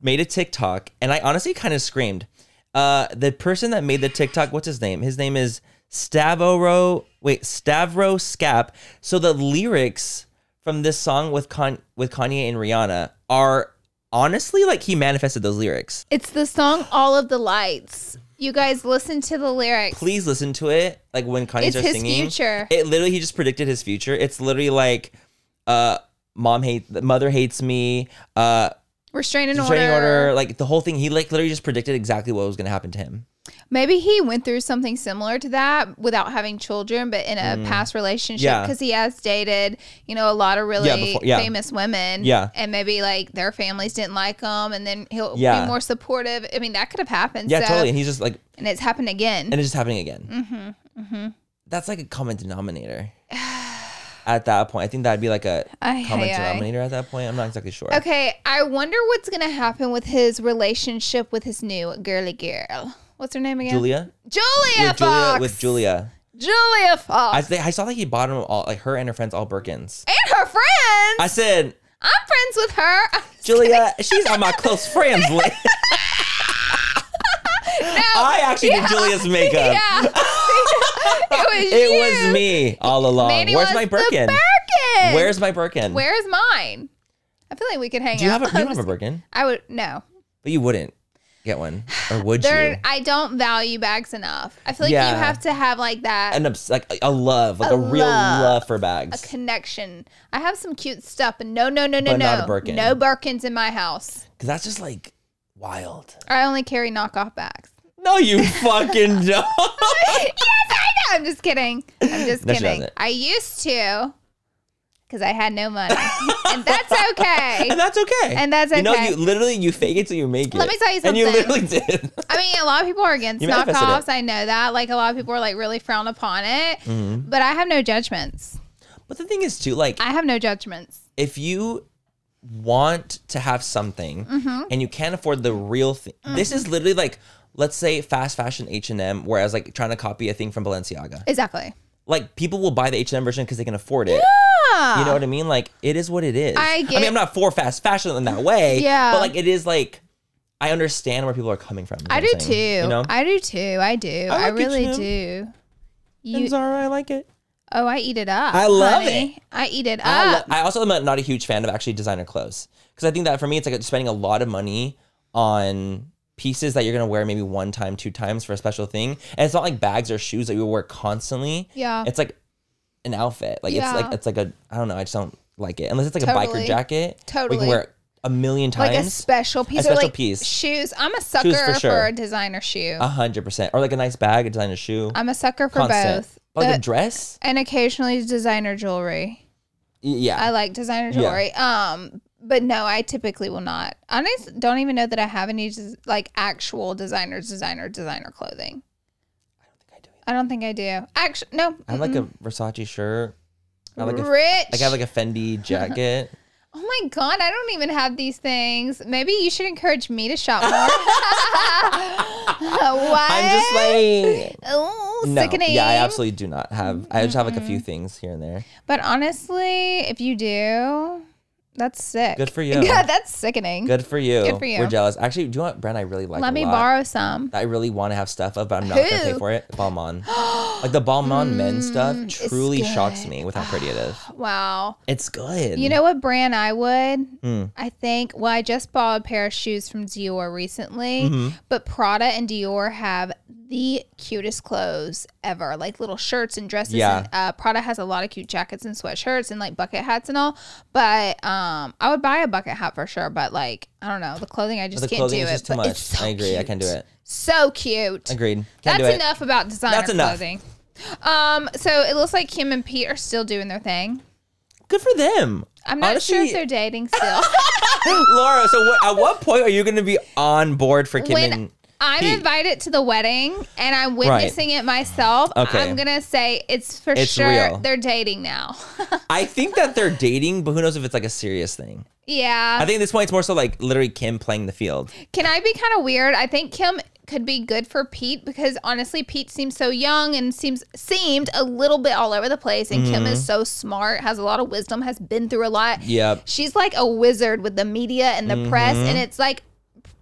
S1: made a TikTok, and I honestly kind of screamed. Uh, the person that made the TikTok, what's his name? His name is Stavro. Wait, Stavro Scap. So the lyrics from this song with Con- with Kanye and Rihanna are honestly like he manifested those lyrics.
S2: It's the song "All of the Lights." You guys listen to the lyrics.
S1: Please listen to it. Like when Kanye
S2: It's
S1: starts
S2: his
S1: singing,
S2: future.
S1: It literally he just predicted his future. It's literally like, uh, mom hates, mother hates me. Uh.
S2: Restraining order.
S1: Training order. like the whole thing. He like literally just predicted exactly what was going to happen to him.
S2: Maybe he went through something similar to that without having children, but in a past relationship
S1: Mm. Yeah.
S2: because he has dated, you know, a lot of really
S1: Yeah, before- yeah.
S2: famous women.
S1: Yeah.
S2: and maybe like their families didn't like him, and then he'll
S1: Yeah.
S2: be more supportive. I mean, that could have happened.
S1: Yeah,
S2: so,
S1: totally. And he's just like,
S2: And it's happened again.
S1: and it's just happening again. Mm-hmm, mm-hmm. That's like a common denominator. at that point, I think that'd be like a
S2: Ay,
S1: common
S2: ay, ay.
S1: denominator. At that point, I'm not exactly sure.
S2: okay, I wonder what's gonna happen with his relationship with his new girly girl. What's her name again?
S1: Julia
S2: Julia
S1: with
S2: Fox.
S1: Julia with Julia.
S2: Julia Fox.
S1: I, think I saw that he bought them all, like her and her friends, all Birkins.
S2: and her friends.
S1: I said,
S2: I'm friends with her.
S1: Julia, she's on my close friends list. I actually did Julia's makeup.
S2: Yeah. it was
S1: It
S2: you.
S1: was me all along.
S2: Manny
S1: Where's
S2: was
S1: my
S2: the
S1: Birkin?
S2: Birkin.
S1: Where's my Birkin?
S2: Where is mine? I feel like we could hang
S1: Do you
S2: out.
S1: have a, you don't have a Birkin?
S2: I would no.
S1: But you wouldn't get one, or would
S2: There,
S1: you?
S2: I don't value bags enough. I feel like
S1: Yeah.
S2: you have to have like that
S1: An obs- like a love, like a,
S2: A
S1: real
S2: love.
S1: love for
S2: a
S1: bags,
S2: connection. I have some cute stuff, and no, no, no, no,
S1: But
S2: no,
S1: not a Birkin.
S2: no Birkins in my house.
S1: because that's just like wild.
S2: I only carry knockoff bags.
S1: No, you fucking don't.
S2: I'm just kidding. I'm just
S1: No, she
S2: kidding.
S1: doesn't.
S2: I used to, because I had no money, and that's okay.
S1: and that's okay.
S2: And that's
S1: You know,
S2: okay.
S1: you literally you fake it till you make it.
S2: Let me tell you
S1: And you
S2: something.
S1: literally did.
S2: I mean, a lot of people are against
S1: You manifested
S2: knockoffs.
S1: it.
S2: I know that. Like a lot of people are like really frown upon it.
S1: Mm-hmm.
S2: But I have no judgments.
S1: but the thing is, too, like
S2: I have no judgments.
S1: if you want to have something
S2: Mm-hmm.
S1: and you can't afford the real thing, this
S2: Mm.
S1: is literally like let's say fast fashion H and M, whereas like trying to copy a thing from Balenciaga,
S2: Exactly.
S1: like people will buy the H and M version because they can afford it. You know what I mean? Like it is what it is.
S2: I
S1: I
S2: get-
S1: mean, I'm not for fast fashion in that way.
S2: Yeah.
S1: But like it is like I understand where people are coming from. is
S2: I
S1: what
S2: do
S1: I'm
S2: too.
S1: saying, You know?
S2: I do too. I do. I,
S1: like it,
S2: really
S1: Jim.
S2: do. You,
S1: Zara, I like it.
S2: oh, I eat it up.
S1: I love
S2: honey. I eat it
S1: I,
S2: up.
S1: lo- I also am not a huge fan of actually designer clothes because I think that for me it's like spending a lot of money on pieces that you're gonna wear maybe one time, two times for a special thing, and it's not like bags or shoes that you wear constantly.
S2: yeah.
S1: It's like an outfit. Like
S2: Yeah.
S1: it's like it's like a I don't know. I just don't like it unless it's like a biker
S2: Totally.
S1: jacket. we
S2: Totally.
S1: can wear it a million
S2: Like a
S1: times.
S2: special piece
S1: special
S2: or like
S1: piece.
S2: shoes. I'm a sucker for,
S1: sure. Uh,
S2: a designer shoe.
S1: A hundred percent, or like a nice bag, a designer shoe.
S2: I'm a sucker for
S1: constant.
S2: both.
S1: But like
S2: The-
S1: a dress,
S2: and occasionally designer jewelry.
S1: Y- yeah.
S2: I like designer
S1: Yeah.
S2: jewelry. Um, but no, I typically will not. I just don't even know that I have any des- like actual designers, designer, designer clothing. I don't think I do. I don't think I do. Actually, no.
S1: I have like a
S2: mm-mm.
S1: Versace shirt. I like a, like
S2: rich.
S1: I have like a Fendi jacket.
S2: oh my god, I don't even have these things. Maybe you should encourage me to shop more. what?
S1: I'm just like
S2: oh,
S1: no.
S2: sickening.
S1: Yeah, I absolutely do not have. I just have like a few things here and there.
S2: But honestly, if you do, that's sick.
S1: Good for you.
S2: Yeah, that's sickening.
S1: Good for you.
S2: Good for you.
S1: We're jealous. Actually, do you want brand I really like?
S2: Let
S1: a
S2: me
S1: lot
S2: borrow some.
S1: that I really want to have stuff of, but I'm not gonna pay
S2: Who? Mm,
S1: for it. Balmain, like the Balmain men stuff,
S2: it's
S1: truly shocks
S2: good.
S1: me with how pretty it is.
S2: Wow.
S1: It's good.
S2: You know what brand I would?
S1: Hmm.
S2: I think. Well, I just bought a pair of shoes from Dior recently,
S1: Mm-hmm.
S2: but Prada and Dior have the cutest clothes ever, like little shirts and dresses.
S1: Yeah.
S2: And, uh, Prada has a lot of cute jackets and sweatshirts and like bucket hats and all. But um, I would buy a bucket hat for sure. But like, I don't know, the clothing I just
S1: the
S2: can't
S1: clothing
S2: do
S1: is
S2: it.
S1: just too
S2: but
S1: much.
S2: It's so
S1: I agree. I can't do
S2: cute.
S1: it.
S2: So cute.
S1: Agreed. Can't
S2: That's
S1: do it.
S2: enough about designer
S1: That's enough.
S2: clothing. Um, so it looks like Kim and Pete are still doing their thing.
S1: Good for them.
S2: I'm not sure if
S1: Honestly,
S2: they're dating still.
S1: Laura, so what, at what point are you going to be on board for Kim
S2: when
S1: and
S2: I'm
S1: Pete?
S2: invited to the wedding and I'm witnessing it myself,
S1: Okay.
S2: I'm gonna say it's for
S1: It's
S2: sure
S1: real.
S2: they're dating now.
S1: I think that they're dating, but who knows if it's like a serious thing.
S2: yeah.
S1: I think at this point it's more so like literally Kim playing the field.
S2: Can I be kind of weird? I think Kim could be good for Pete because honestly, Pete seems so young and seems seemed a little bit all over the place, and Kim is so smart, has a lot of wisdom, has been through a lot.
S1: Mm-hmm. Yep. Mm-hmm.
S2: she's like a wizard with the media and the press, and it's like.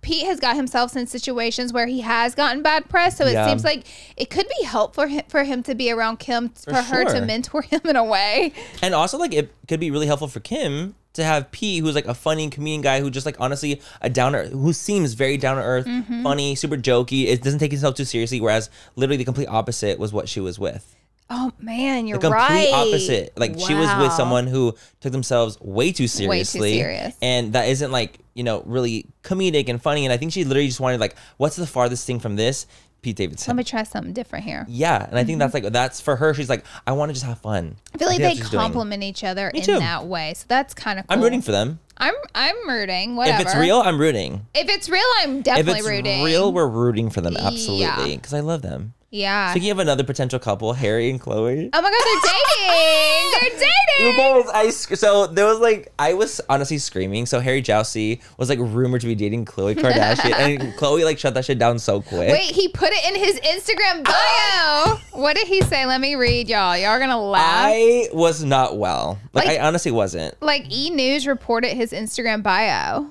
S2: Pete has got himself in situations where he has gotten bad press, so it
S1: Yeah.
S2: seems like it could be helpful for him, for him to be around Kim, for, her
S1: sure.
S2: to mentor him in a way.
S1: And also, like, it could be really helpful for Kim to have P, who's like a funny comedian guy who just like honestly a downer, who seems very down to earth,
S2: Mm-hmm.
S1: funny, super jokey. It doesn't take himself too seriously. Whereas, literally, the complete opposite was what she was with.
S2: Oh man, you're
S1: The complete
S2: right.
S1: opposite. Like, she was with
S2: Wow.
S1: someone who took themselves way too seriously.
S2: serious.
S1: And that isn't like, you know, really comedic and funny. And I think she literally just wanted, like, what's the farthest thing from this? Pete Davidson.
S2: Let me try something different here.
S1: yeah. And I think that's like, that's for her. She's like, I want to just have fun.
S2: Mm-hmm. I feel like
S1: think
S2: they
S1: that's what she's doing.
S2: complement each other in
S1: too.
S2: that way, so that's kind of. Cool.
S1: I'm rooting for them.
S2: I'm I'm rooting. Whatever.
S1: If it's real, I'm rooting.
S2: if it's real, I'm
S1: If
S2: definitely
S1: it's
S2: rooting.
S1: real, we're rooting for them absolutely because I love them.
S2: yeah.
S1: Speaking of another potential couple, Harry and Chloe.
S2: oh my god, they're dating. they're
S1: You
S2: dating.
S1: guys, I sc- so there was like I was honestly screaming. So Harry Jousey was like rumored to be dating Chloe Kardashian, and Chloe like shut that shit down so quick.
S2: Wait, he put it in his Instagram bio. what did he say? Let me read, y'all. Y'all are gonna laugh.
S1: Ah! I was not well. Like,
S2: Like-
S1: I honestly wasn't.
S2: like E News reported his Instagram bio.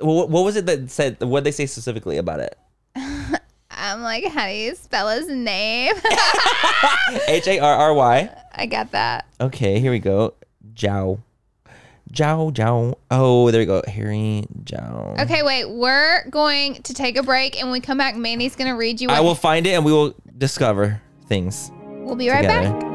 S1: What, what was it that said? What they say specifically about it?
S2: I'm like, how do you spell his name?
S1: H a r r y.
S2: I got that.
S1: Okay, here we go. Jow, Jow, Jow. Oh, there we go. Harry Jow.
S2: Okay, wait. We're going to take a break, and when we come back, Manny's gonna read you. What
S1: I will find it and we will discover things
S2: We'll be right
S1: together.
S2: back.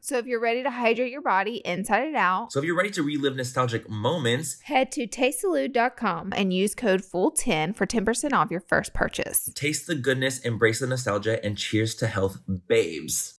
S3: So if you're ready to hydrate your body inside and out,
S5: So if you're ready to relive nostalgic moments,
S3: head to tastesalud.com and use code FULL10 for 10% off your first purchase.
S5: taste the goodness, embrace the nostalgia, and cheers to health, babes.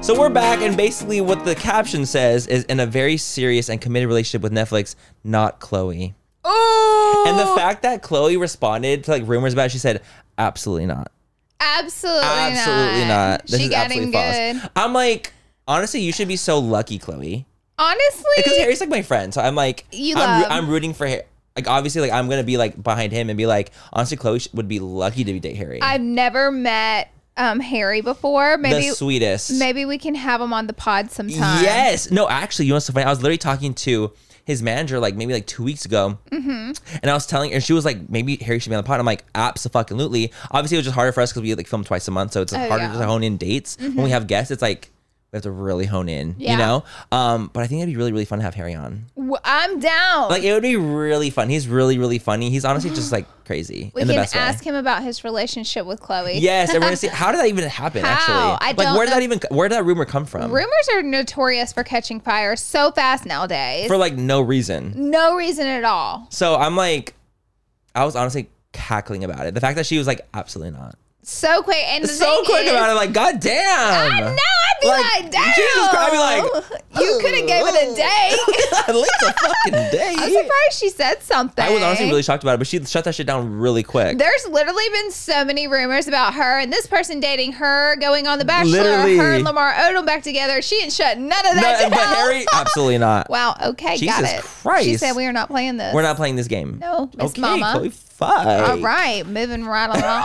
S1: So we're back, and basically, what the caption says is in a very serious and committed relationship with Netflix, not Chloe.
S2: Oh,
S1: And the fact that Chloe responded to like rumors about it, she said, absolutely not.
S2: absolutely,
S1: Absolutely not. This
S2: she
S1: is
S2: getting
S1: absolutely
S2: good.
S1: false. I'm like, honestly, you should be so lucky, Chloe. Because
S2: Honestly,
S1: Harry's like my friend. So I'm like,
S2: You
S1: I'm,
S2: love-
S1: I'm rooting for Harry. Like, obviously, like, I'm going to be like behind him and be like, honestly, Chloe sh- would be lucky to date Harry.
S2: I've never met um, Harry before. Maybe
S1: the sweetest.
S2: maybe we can have him on the pod sometime.
S1: Yes. No, actually, you know what's so funny? I was literally talking to his manager like maybe like two weeks ago,
S2: Mm-hmm.
S1: and I was telling, and she was like, maybe Harry should be on the pod. I'm like, absolutely. Obviously, it was just harder for us because we like film twice a month, so it's harder
S2: Oh, yeah. Mm-hmm.
S1: to hone in dates. When we have guests, it's like we have to really hone in,
S2: Yeah.
S1: you know. Um, but I think it'd be really really fun to have Harry on.
S2: W- I'm down. Uh-huh.
S1: Like, it would be really fun. He's really really funny. He's honestly just like crazy
S2: we
S1: in the
S2: can
S1: best way.
S2: ask him about his relationship with Chloe.
S1: Yes, and we're gonna see how did that even happen.
S2: How?
S1: Actually,
S2: I
S1: like
S2: don't
S1: where did that
S2: know.
S1: even where did that rumor come from?
S2: Rumors are notorious for catching fire so fast nowadays.
S1: For like no reason.
S2: no reason at all.
S1: So I'm like, I was honestly cackling about it. The fact that she was like, absolutely not.
S2: So quick and the
S1: So
S2: thing
S1: quick
S2: is-
S1: about it, like, god damn.
S2: I know. I'd be like, damn.
S1: Jesus Christ, I'd be like,
S2: you could have gave it a day.
S1: at least a fucking day.
S2: I'm surprised she said something.
S1: I was honestly really shocked about it, but she shut that shit down really quick.
S2: There's literally been so many rumors about her and this person dating her, going on The Bachelor,
S1: Literally.
S2: her and Lamar Odom back together. She didn't shut none of
S1: No,
S2: that
S1: but
S2: down.
S1: Harry, absolutely not.
S2: wow. Okay. got
S1: Jesus
S2: it. She
S1: Christ.
S2: said we are not playing this.
S1: We're not playing this game.
S2: No, Miss
S1: okay,
S2: Mama.
S1: Chloe, fuck.
S2: All right. Moving right along.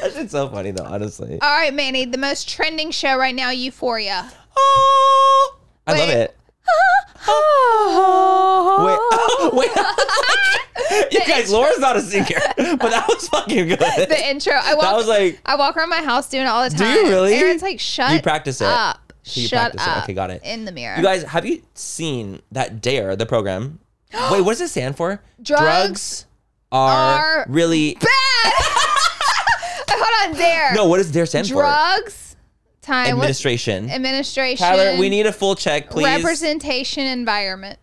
S1: That shit's so funny though, honestly.
S2: All right, Manny. The most trending show right now, Euphoria.
S1: Oh, I love
S2: Wait.
S1: it. Wait, wait. you guys, Laura's not a singer, but that was fucking good.
S2: The intro. I walk,
S1: that was like,
S2: I walk around my house doing it all the
S1: Do
S2: time.
S1: you really?
S2: Aaron's like, shut.
S1: You practice it.
S2: Up.
S1: So you
S2: shut
S1: practice it.
S2: up.
S1: Okay, got it.
S2: In the mirror.
S1: you guys, have you seen that Dare the program? Wait, what does it stand for?
S2: Drugs
S1: are,
S2: are
S1: really
S2: Hold on, there.
S1: no. What does Dare stand
S2: drugs.
S1: for?
S2: Time. What-
S1: Administration.
S2: administration.
S1: Tyler, we need a full check, please.
S2: representation environment.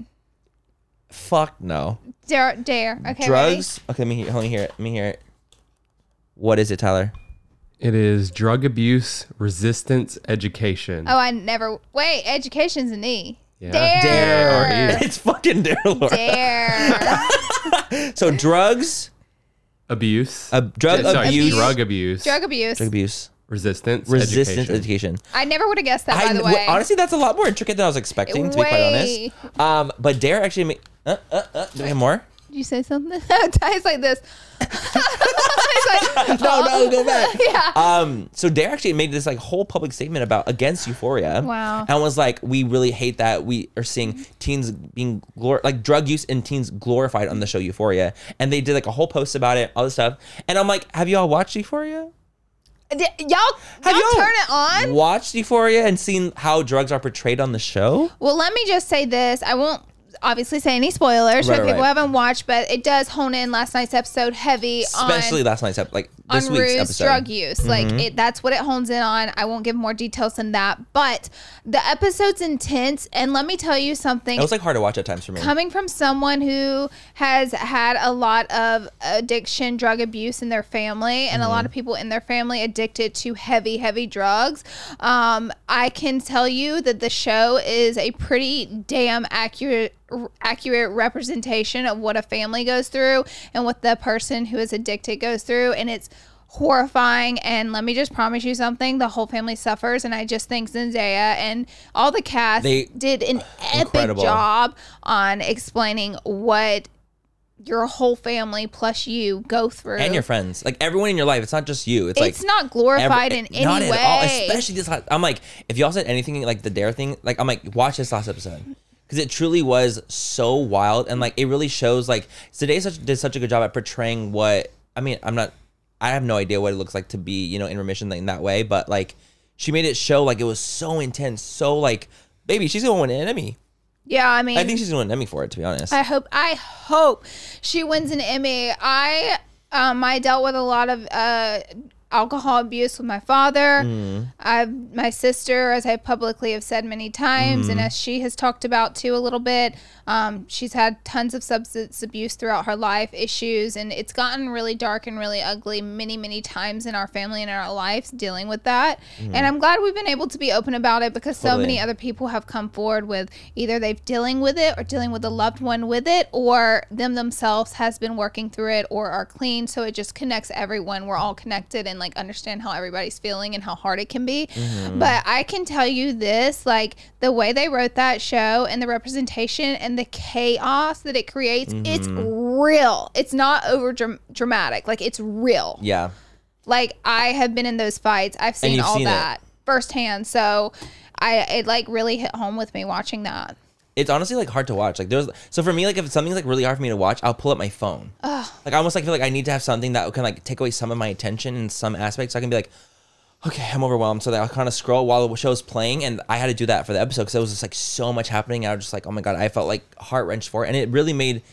S1: Fuck no.
S2: Dare, dare. Okay.
S1: Drugs. Okay, let me hear, let me hear it. Let me hear it. What is it, Tyler?
S4: It is drug abuse resistance education.
S2: Ready? Oh, I never. Wait, education's an E.
S4: Yeah.
S2: Dare.
S1: E It's fucking Dare, Laura.
S2: Dare.
S1: So drugs,
S4: abuse.
S1: uh, drug
S4: Yeah, sorry,
S1: abuse,
S4: Drug abuse.
S2: Drug abuse.
S1: drug abuse,
S4: resistance.
S1: resistance
S4: education.
S1: education.
S2: I never would have guessed that, Uh, by
S1: I-
S2: the
S1: w-
S2: way.
S1: honestly, that's a lot more intricate than I was expecting, to be
S2: Way.
S1: quite honest. Um, but Dare actually, ma- uh, uh, uh, do we have more?
S2: Did you say something? Ty's like this. Ty's like,
S1: No, no, go back.
S2: yeah.
S1: Um, so Dare actually made this like whole public statement about against euphoria.
S2: Wow.
S1: And was like, we really hate that we are seeing teens being glor- like drug use and teens glorified on the show Euphoria. And they did like a whole post about it, all this stuff. And I'm like, have you all watched Euphoria?
S2: D- y'all, y'all
S1: Have y'all
S2: turn it on.
S1: Watched Euphoria and seen how drugs are portrayed on the show?
S2: Well, let me just say this. I won't obviously say any spoilers
S1: Right,
S2: for
S1: right,
S2: people who
S1: right.
S2: haven't watched, but it does hone in last night's episode heavy
S1: Especially
S2: on
S1: last night's episode, like this
S3: on
S1: week's
S3: Rue's
S1: episode.
S3: drug use. Like
S1: Mhm.
S3: it, that's what it hones in on. I won't give more details than that, but the episode's intense. And let me tell you something.
S1: It was like hard to watch at times for me.
S3: Coming from someone who has had a lot of addiction, drug abuse in their family, and a lot of people in their family addicted to heavy, heavy drugs, um, I can tell you that the show is a pretty damn accurate. Accurate representation of what a family goes through and what the person who is addicted goes through, and it's horrifying. And let me just promise you something: the whole family suffers, and I just think Zendaya and all the cast
S1: They-
S3: did an epic
S1: Incredible.
S3: job on explaining what your whole family plus you go through.
S1: and your friends, like everyone in your life. It's not just you. It's,
S3: it's
S1: like
S3: not glorified
S1: every-
S3: in any
S1: eh, not
S3: way.
S1: at all, especially this. Last, I'm like, if y'all said anything like the dare thing, like I'm like, watch this last episode because it truly was so wild and like it really shows like today such did such a good job at portraying what I mean. I'm not. I have no idea what it looks like to be you know in remission in that way, but like she made it show like it was so intense, so like baby, she's gonna win an Emmy.
S3: yeah, I mean,
S1: I think she's gonna win an Emmy for it. To be honest,
S3: I hope I hope she wins an Emmy. I um I dealt with a lot of uh alcohol abuse with my father.
S1: Mm.
S3: I've my sister, as I publicly have said many times,
S1: Mm.
S3: and as she has talked about too a little bit, um, she's had tons of substance abuse throughout her life issues, and it's gotten really dark and really ugly many many times in our family and in our lives dealing with that. And I'm glad we've been able to be open about it because so
S1: Mm-hmm. Totally.
S3: many other people have come forward with either they've dealing with it or dealing with a loved one with it or them themselves has been working through it or are clean so it just connects everyone we're all connected and like understand how everybody's feeling and how hard it can be but i can tell you this like the way they wrote that show and the representation and the chaos that it creates it's real it's not over dram- dramatic like it's real
S1: yeah.
S3: like I have been in those fights. I've seen
S1: you've
S3: all
S1: seen it.
S3: that firsthand. So I it like really hit home with me watching that.
S1: it's honestly like hard to watch. Like there's so for me like if something's like really hard for me to watch, I'll pull up my phone. Like I almost like feel like I need to have something that can like take away some of my attention in some aspects. So I can be like, okay, I'm overwhelmed. So that I'll kind of scroll while the show's playing, and I had to do that for the episode because there was just like so much happening. I was just like, oh my god, I felt like heart wrenched for it, and it really made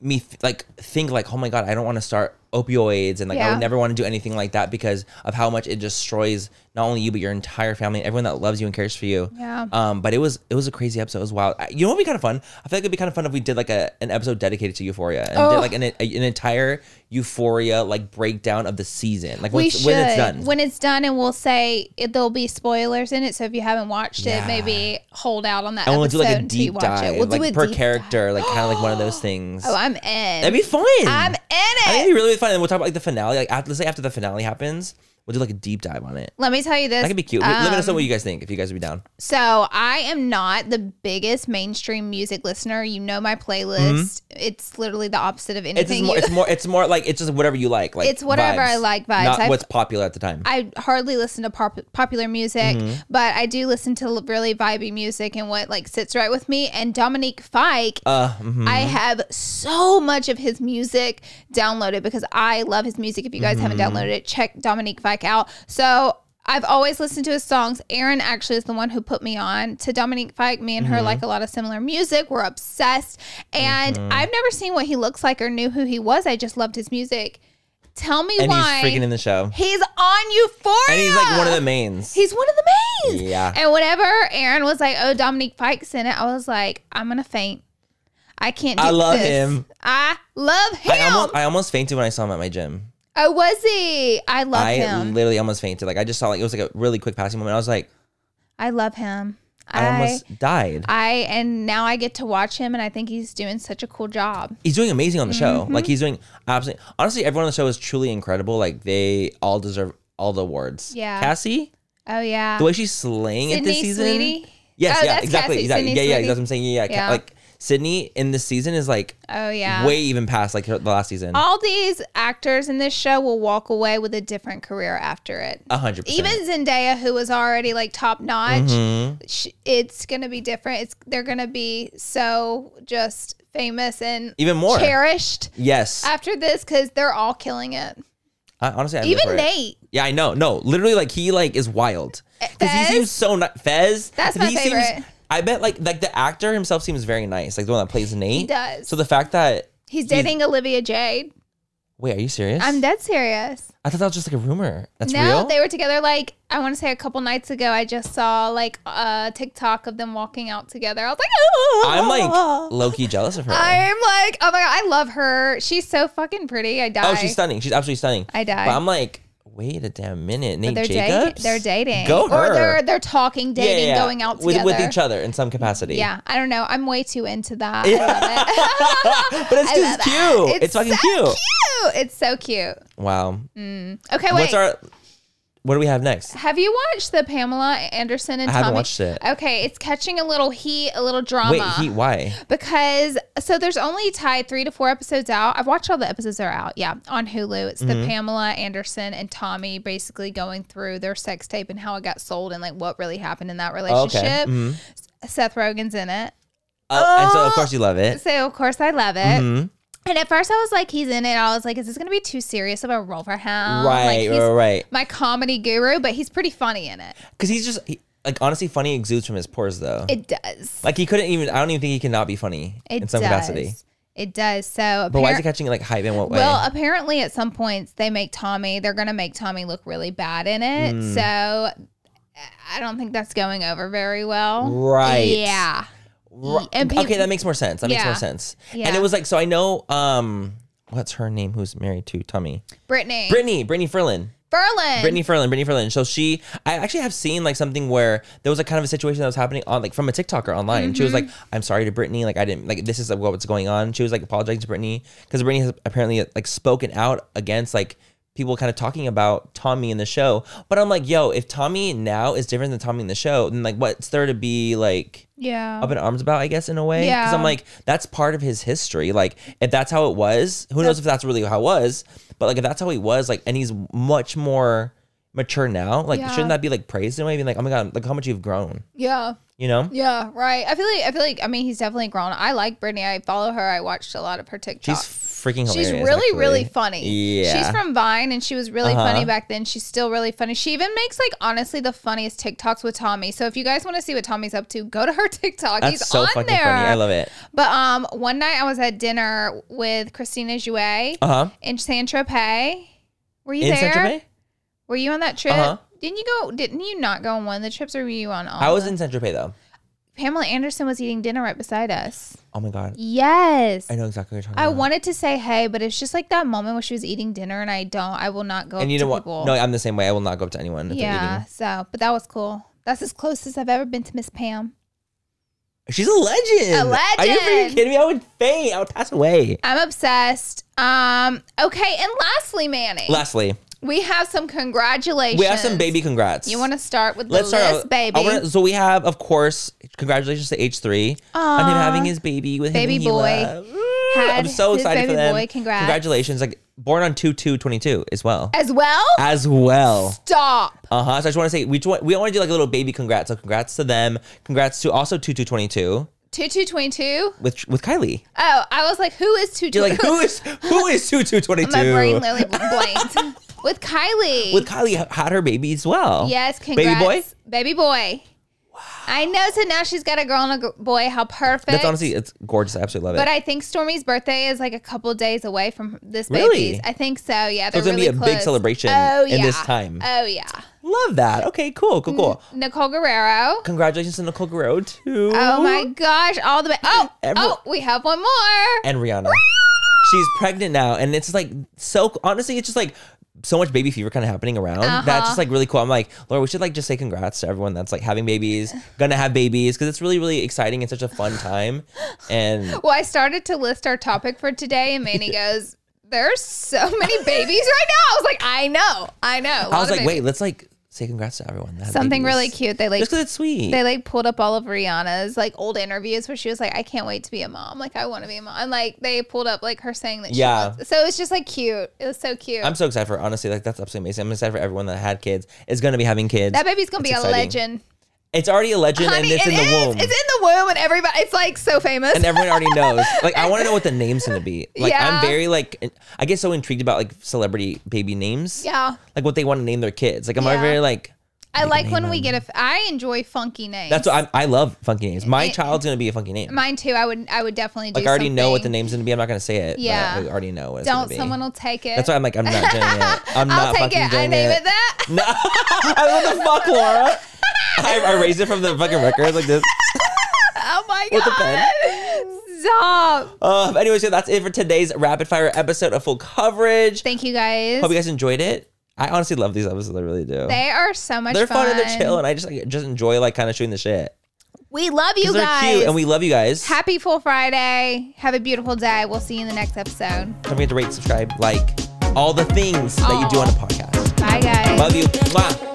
S1: me th- like think like, oh my god, I don't want to start opioids, and like I
S3: Yeah.
S1: would never want to do anything like that because of how much it destroys not only you but your entire family and everyone that loves you and cares for you.
S3: Yeah.
S1: Um, but it was it was a crazy episode. It was wild. I- You know what would be kind of fun? I feel like it'd be kind of fun if we did like a an episode dedicated to Euphoria and did
S3: Oh.
S1: like an, a, an entire Euphoria like breakdown of the season. Like when,
S3: we
S1: it's,
S3: should
S1: when it's done.
S3: When it's done and we'll say it, there'll be spoilers in it. So if you haven't watched
S1: Yeah.
S3: it, maybe hold out on that
S1: and we'll
S3: episode
S1: do like a
S3: until you
S1: deep
S3: watch
S1: dive,
S3: it. We'll
S1: like
S3: do a
S1: per
S3: deep
S1: character, like kind of like one of those things.
S3: Oh, I'm in.
S1: That'd be fun.
S3: I'm in
S1: I think
S3: it.
S1: it'd be really fun. And we'll talk about like the finale. Like after, let's say after the finale happens, we'll do like a deep dive on it.
S3: Let me tell you this.
S1: That could be cute. Let me
S3: um,
S1: know what you guys think if you guys would be down.
S3: So I am not the biggest mainstream music listener. You know my playlist. It's literally the opposite of anything.
S1: Mm-hmm. It's just more.
S3: you-
S1: It's more. It's more like it's just whatever you like. Like
S3: It's whatever I like vibes.
S1: Not
S3: I've-
S1: what's popular at the time.
S3: I hardly listen to pop- popular music,
S1: Mm-hmm.
S3: but I do listen to l- really vibey music and what like sits right with me. And Dominique Fike,
S1: uh, mhm.
S3: I have so much of his music downloaded because I love his music. If you guys haven't
S1: Mm-hmm.
S3: downloaded it, check Dominique Fike out. So I've always listened to his songs. Aaron actually is the one who put me on to Dominique Fike. Me and
S1: Mm-hmm.
S3: her like a lot of similar music. We're obsessed. And
S1: Mm-hmm.
S3: I've never seen what he looks like or knew who he was. I just loved his music. Tell me
S1: and
S3: why.
S1: he's freaking in the show.
S3: He's on Euphoria.
S1: And he's like one of the mains.
S3: He's one of the mains.
S1: Yeah.
S3: And whenever Aaron was like, "Oh, Dominique Fike's in it," I was like, "I'm gonna faint. I can't." Do
S1: I love
S3: this.
S1: him.
S3: I love him.
S1: I almost I almost fainted when I saw him at my gym.
S3: oh, was he? I love
S1: I
S3: him.
S1: literally almost fainted. Like I just saw like it was like a really quick passing moment. I was like,
S3: I love him.
S1: I,
S3: I. I
S1: almost died.
S3: and now I get to watch him, and I think he's doing such a cool job.
S1: he's doing amazing on the show.
S3: Mm-hmm.
S1: Like he's doing absolutely honestly, everyone on the show is truly incredible. Like they all deserve all the awards.
S3: Yeah.
S1: Cassie,
S3: Oh yeah,
S1: the way she's slaying it this
S3: Sydney
S1: season.
S3: Sweetie.
S1: Yes,
S3: Oh,
S1: yeah,
S3: that's
S1: exactly,
S3: Cassie,
S1: exactly.
S3: Sydney
S1: yeah, yeah,
S3: Sweetie.
S1: that's what I'm saying. Yeah, yeah.
S3: Yeah.
S1: Like Sydney in this season is like
S3: Oh yeah.
S1: way even past like her, the last season. A
S3: All these actors in this show will walk away with a different career after it.
S1: hundred percent.
S3: Even Zendaya, who was already like top notch,
S1: Mhm.
S3: sh- it's gonna be different. It's they're gonna be so just famous and
S1: even more.
S3: cherished
S1: Yes.
S3: after this because they're all killing it.
S1: I, honestly, I live for
S3: Even
S1: it.
S3: Nate,
S1: Yeah, I know. No, literally, like he like is wild because he
S3: Eh, Fez?
S1: seems so not Fez.
S3: That's
S1: but
S3: my
S1: he Seems,
S3: favorite.
S1: I bet like like the actor himself seems very nice, like the one that plays Nate.
S3: does.
S1: So the fact that
S3: he's
S1: He's-
S3: dating Olivia Jade.
S1: Wait, are you serious?
S3: I'm dead serious.
S1: I thought that was just like a rumor. That's
S3: no,
S1: real.
S3: they were together like I want to say a couple nights ago. I just saw like a TikTok of them walking out together. I was like, oh.
S1: I'm like low key jealous of her.
S3: I'm like, oh my god, I love her. She's so fucking pretty. I die.
S1: oh, she's stunning. She's absolutely stunning.
S3: I die.
S1: But I'm like, wait a damn minute, Nate
S3: they're dating.
S1: Jacobs.
S3: They're dating.
S1: Go
S3: Or
S1: her.
S3: they're they're talking,
S1: Yeah, yeah,
S3: dating,
S1: yeah.
S3: going out
S1: with,
S3: together
S1: with each other in some capacity.
S3: Yeah, I don't know. I'm way too into that. I love it.
S1: but it's
S3: I
S1: just
S3: love
S1: cute. It's, fucking
S3: so
S1: cute.
S3: cute. It's so cute.
S1: Wow.
S3: Okay, wait.
S1: What's our? What do we have next?
S3: Have you watched the Pamela Anderson and
S1: I haven't
S3: Tommy?
S1: watched it.
S3: Okay, it's catching a little heat, a little drama.
S1: Wait, he why?
S3: because so there's only tied three to four episodes out. I've watched all the episodes that are out. Yeah, on Hulu. It's
S1: Mm-hmm.
S3: the Pamela Anderson and Tommy basically going through their sex tape and how it got sold and like what really happened in that relationship.
S1: Mhm.
S3: Seth Rogen's in it.
S1: Oh, and so of course you love it.
S3: So of course I love it.
S1: Mhm.
S3: And at first I was like, he's in it. I was like, is this gonna be too serious of a role for him? Um, Like,
S1: Right,
S3: he's
S1: right, right.
S3: my comedy guru, but he's pretty funny in it.
S1: Because he's just he, like honestly funny exudes from his pores though.
S3: It does.
S1: like he couldn't even. I don't even think he cannot be funny
S3: It
S1: in some
S3: does.
S1: capacity.
S3: It does. So
S1: But why is
S3: apparent-
S1: he catching like hype in what way?
S3: Well, apparently at some points they make Tommy, they're going to make Tommy look really bad in it.
S1: Mm.
S3: So I don't think that's going over very well.
S1: Right.
S3: Yeah.
S1: Ri-
S3: and peop-
S1: okay, that makes more sense. That makes
S3: Yeah.
S1: more sense. And
S3: Yeah.
S1: it was like so. I know. Um, what's her name? Who's married to Tommy?
S3: Brittany.
S1: Brittany. Brittany Ferlin.
S3: Berlin.
S1: Brittany Ferlin, Brittany Ferlin. So she, I actually have seen like something where there was a kind of a situation that was happening on like from a TikToker online. She was like, "I'm sorry to Brittany, like I didn't like this is like, what's going on." She was like apologizing to Brittany because Brittany has apparently like spoken out against like people kind of talking about Tommy in the show. But I'm like, yo, if Tommy now is different than Tommy in the show, then like what's there to be like?
S3: Yeah.
S1: up in arms about, I guess, in a way. Because
S3: Yeah.
S1: I'm like, that's part of his history. Like, if that's how it was, who knows if that's really how it was, but like, if that's how he was, like, and he's much more mature now, like,
S3: Yeah.
S1: shouldn't that be like praised in a way? Being like, oh my God, look how much you've grown,
S3: Yeah.
S1: you know?
S3: Yeah. Right. I feel like, I feel like, I mean, he's definitely grown. I like Brittany. I follow her. I watched a lot of her TikToks.
S1: She's freaking hilarious.
S3: She's really,
S1: actually.
S3: really funny.
S1: Yeah.
S3: She's from Vine and she was really
S1: Uh-huh.
S3: funny back then. She's still really funny. She even makes like honestly the funniest TikToks with Tommy. So if you guys want to see what Tommy's up to, go to her TikTok.
S1: That's
S3: He's
S1: so
S3: on
S1: fucking
S3: there.
S1: funny. I love it.
S3: But um one night I was at dinner with Christina Jouet
S1: Uh huh.
S3: in San Tropez. Were you
S1: In
S3: there?
S1: Saint Tropez?
S3: Were you on that trip?
S1: Uh-huh.
S3: Didn't you go didn't you not go on one of the trips or were you on all?
S1: I was
S3: of
S1: in
S3: them?
S1: Saint Tropez though.
S3: Pamela Anderson was eating dinner right beside us.
S1: Oh my God.
S3: Yes.
S1: I know exactly what you're talking
S3: I
S1: about.
S3: wanted to say hey, but it's just like that moment where she was eating dinner and I don't. I will not go
S1: And
S3: up
S1: you
S3: to
S1: know what?
S3: people.
S1: No, I'm the same way. I will not go up to anyone. If yeah.
S3: yeah.
S1: Eating.
S3: So, but that was cool. That's as close as I've ever been to Miss Pam.
S1: She's a legend.
S3: A
S1: Are you freaking
S3: legend.
S1: kidding me? I would faint. I would pass away.
S3: I'm obsessed. Um. Okay. And lastly, Manny,
S1: Lastly,
S3: we have some congratulations.
S1: we have some baby congrats.
S3: You want to start with
S1: Let's
S3: the
S1: start.
S3: list,
S1: out-
S3: baby?
S1: I wanna- so we have, of course, congratulations to H three on him having his baby with
S3: Baby
S1: him.
S3: boy.
S1: I'm
S3: Had
S1: so
S3: his
S1: excited
S3: baby
S1: for them.
S3: boy. Congrats.
S1: Congratulations! Like born on two two twenty two as well.
S3: As well.
S1: As well.
S3: Stop.
S1: Uh huh. So I just want to say we just want- we want to do like a little baby congrats. So congrats to them. Congrats to also two two twenty two
S3: Two two twenty two.
S1: with with Kylie.
S3: Oh, I was like, who is two two?
S1: You're like who is who is two two twenty
S3: My brain
S1: two
S3: literally blanked. with Kylie.
S1: with Kylie had her baby as well.
S3: Yes,
S1: Baby boy?
S3: congrats. Baby boy. I know. So now she's got a girl and a g- boy. How perfect.
S1: That's honestly it's gorgeous. I absolutely love it.
S3: But I think Stormy's birthday is like a couple days away from this
S1: Really?
S3: baby's. I think so. Yeah,
S1: So
S3: they're
S1: it's gonna
S3: really
S1: be a
S3: close.
S1: big celebration
S3: Oh,
S1: in this
S3: yeah.
S1: time.
S3: Oh yeah,
S1: Love that. Okay, cool, cool, cool.
S3: Nicole Guerrero.
S1: Congratulations to Nicole Guerrero too.
S3: Oh my gosh, all the ba- oh
S1: Every-
S3: oh we have one more.
S1: And Rihanna. She's pregnant now, and it's like so. Honestly, it's just like so much baby fever kind of happening around. That's
S3: Uh-huh.
S1: just like really cool. I'm like, Laura, we should like just say congrats to everyone that's like having babies, gonna have babies, because it's really, really exciting and such a fun time. And
S3: Well, I started to list our topic for today, and Manny goes, "There's so many babies right now." I was like, "I know, I know." a
S1: I
S3: lot
S1: was
S3: of
S1: like,
S3: babies.
S1: wait, let's like say congrats to everyone. that had
S3: something
S1: babies.
S3: really cute." They like
S1: Just because it's sweet.
S3: they like pulled up all of Rihanna's like old interviews where she was like, I can't wait to be a mom. Like I want to be a mom. And like they pulled up like her saying that.
S1: Yeah.
S3: She wants. So it's just like cute. It was so cute.
S1: I'm so excited for her, honestly. Like that's absolutely amazing. I'm excited for everyone that had kids. Is gonna be having kids.
S3: that baby's gonna
S1: It's
S3: be a
S1: exciting.
S3: legend.
S1: It's already a legend,
S3: Honey,
S1: and it's
S3: it
S1: in the
S3: is.
S1: womb.
S3: It's in the womb, and everybody. It's like so famous.
S1: and everyone already knows. Like, I want to know what the name's gonna be. Like,
S3: Yeah.
S1: I'm very like, I get so intrigued about like celebrity baby names.
S3: yeah.
S1: Like what they want to name their kids. Like, I'm
S3: Yeah.
S1: very like,
S2: I like when we get a. F- I enjoy funky names.
S1: That's what I'm, I love funky names. My
S2: It-
S1: child's gonna be a funky name.
S2: Mine too. I would. I would definitely do.
S1: like I already know what the
S2: something.
S1: name's gonna be. I'm not gonna say it. but
S2: Yeah.
S1: I already know what it's gonna
S2: Don't.
S1: be.
S2: Someone will take it.
S1: That's why I'm like I'm not doing it. I'm
S2: I'll
S1: not
S2: take
S1: fucking
S2: it.
S1: doing
S2: I name it that.
S1: No, I was like, what the fuck, Laura? I, I raised it from the fucking record like this.
S2: Oh my
S1: With
S2: god.
S1: the
S2: Stop.
S1: Um, anyway, so that's it for today's rapid fire episode of full coverage.
S2: Thank you guys.
S1: Hope you guys enjoyed it. I honestly love these episodes. I really do.
S2: They are so much
S1: they're fun.
S2: fun.
S1: and they're chill, and I just like just enjoy like kind of shooting the shit.
S2: We love you
S1: 'Cause they're
S2: guys.
S1: cute, and we love you guys.
S2: Happy Full Friday. Have a beautiful day. We'll see you in the next episode.
S1: Don't forget to rate, subscribe, like all the things that you do
S2: Aw.
S1: on a podcast.
S2: Bye guys.
S1: Love you. Mwah.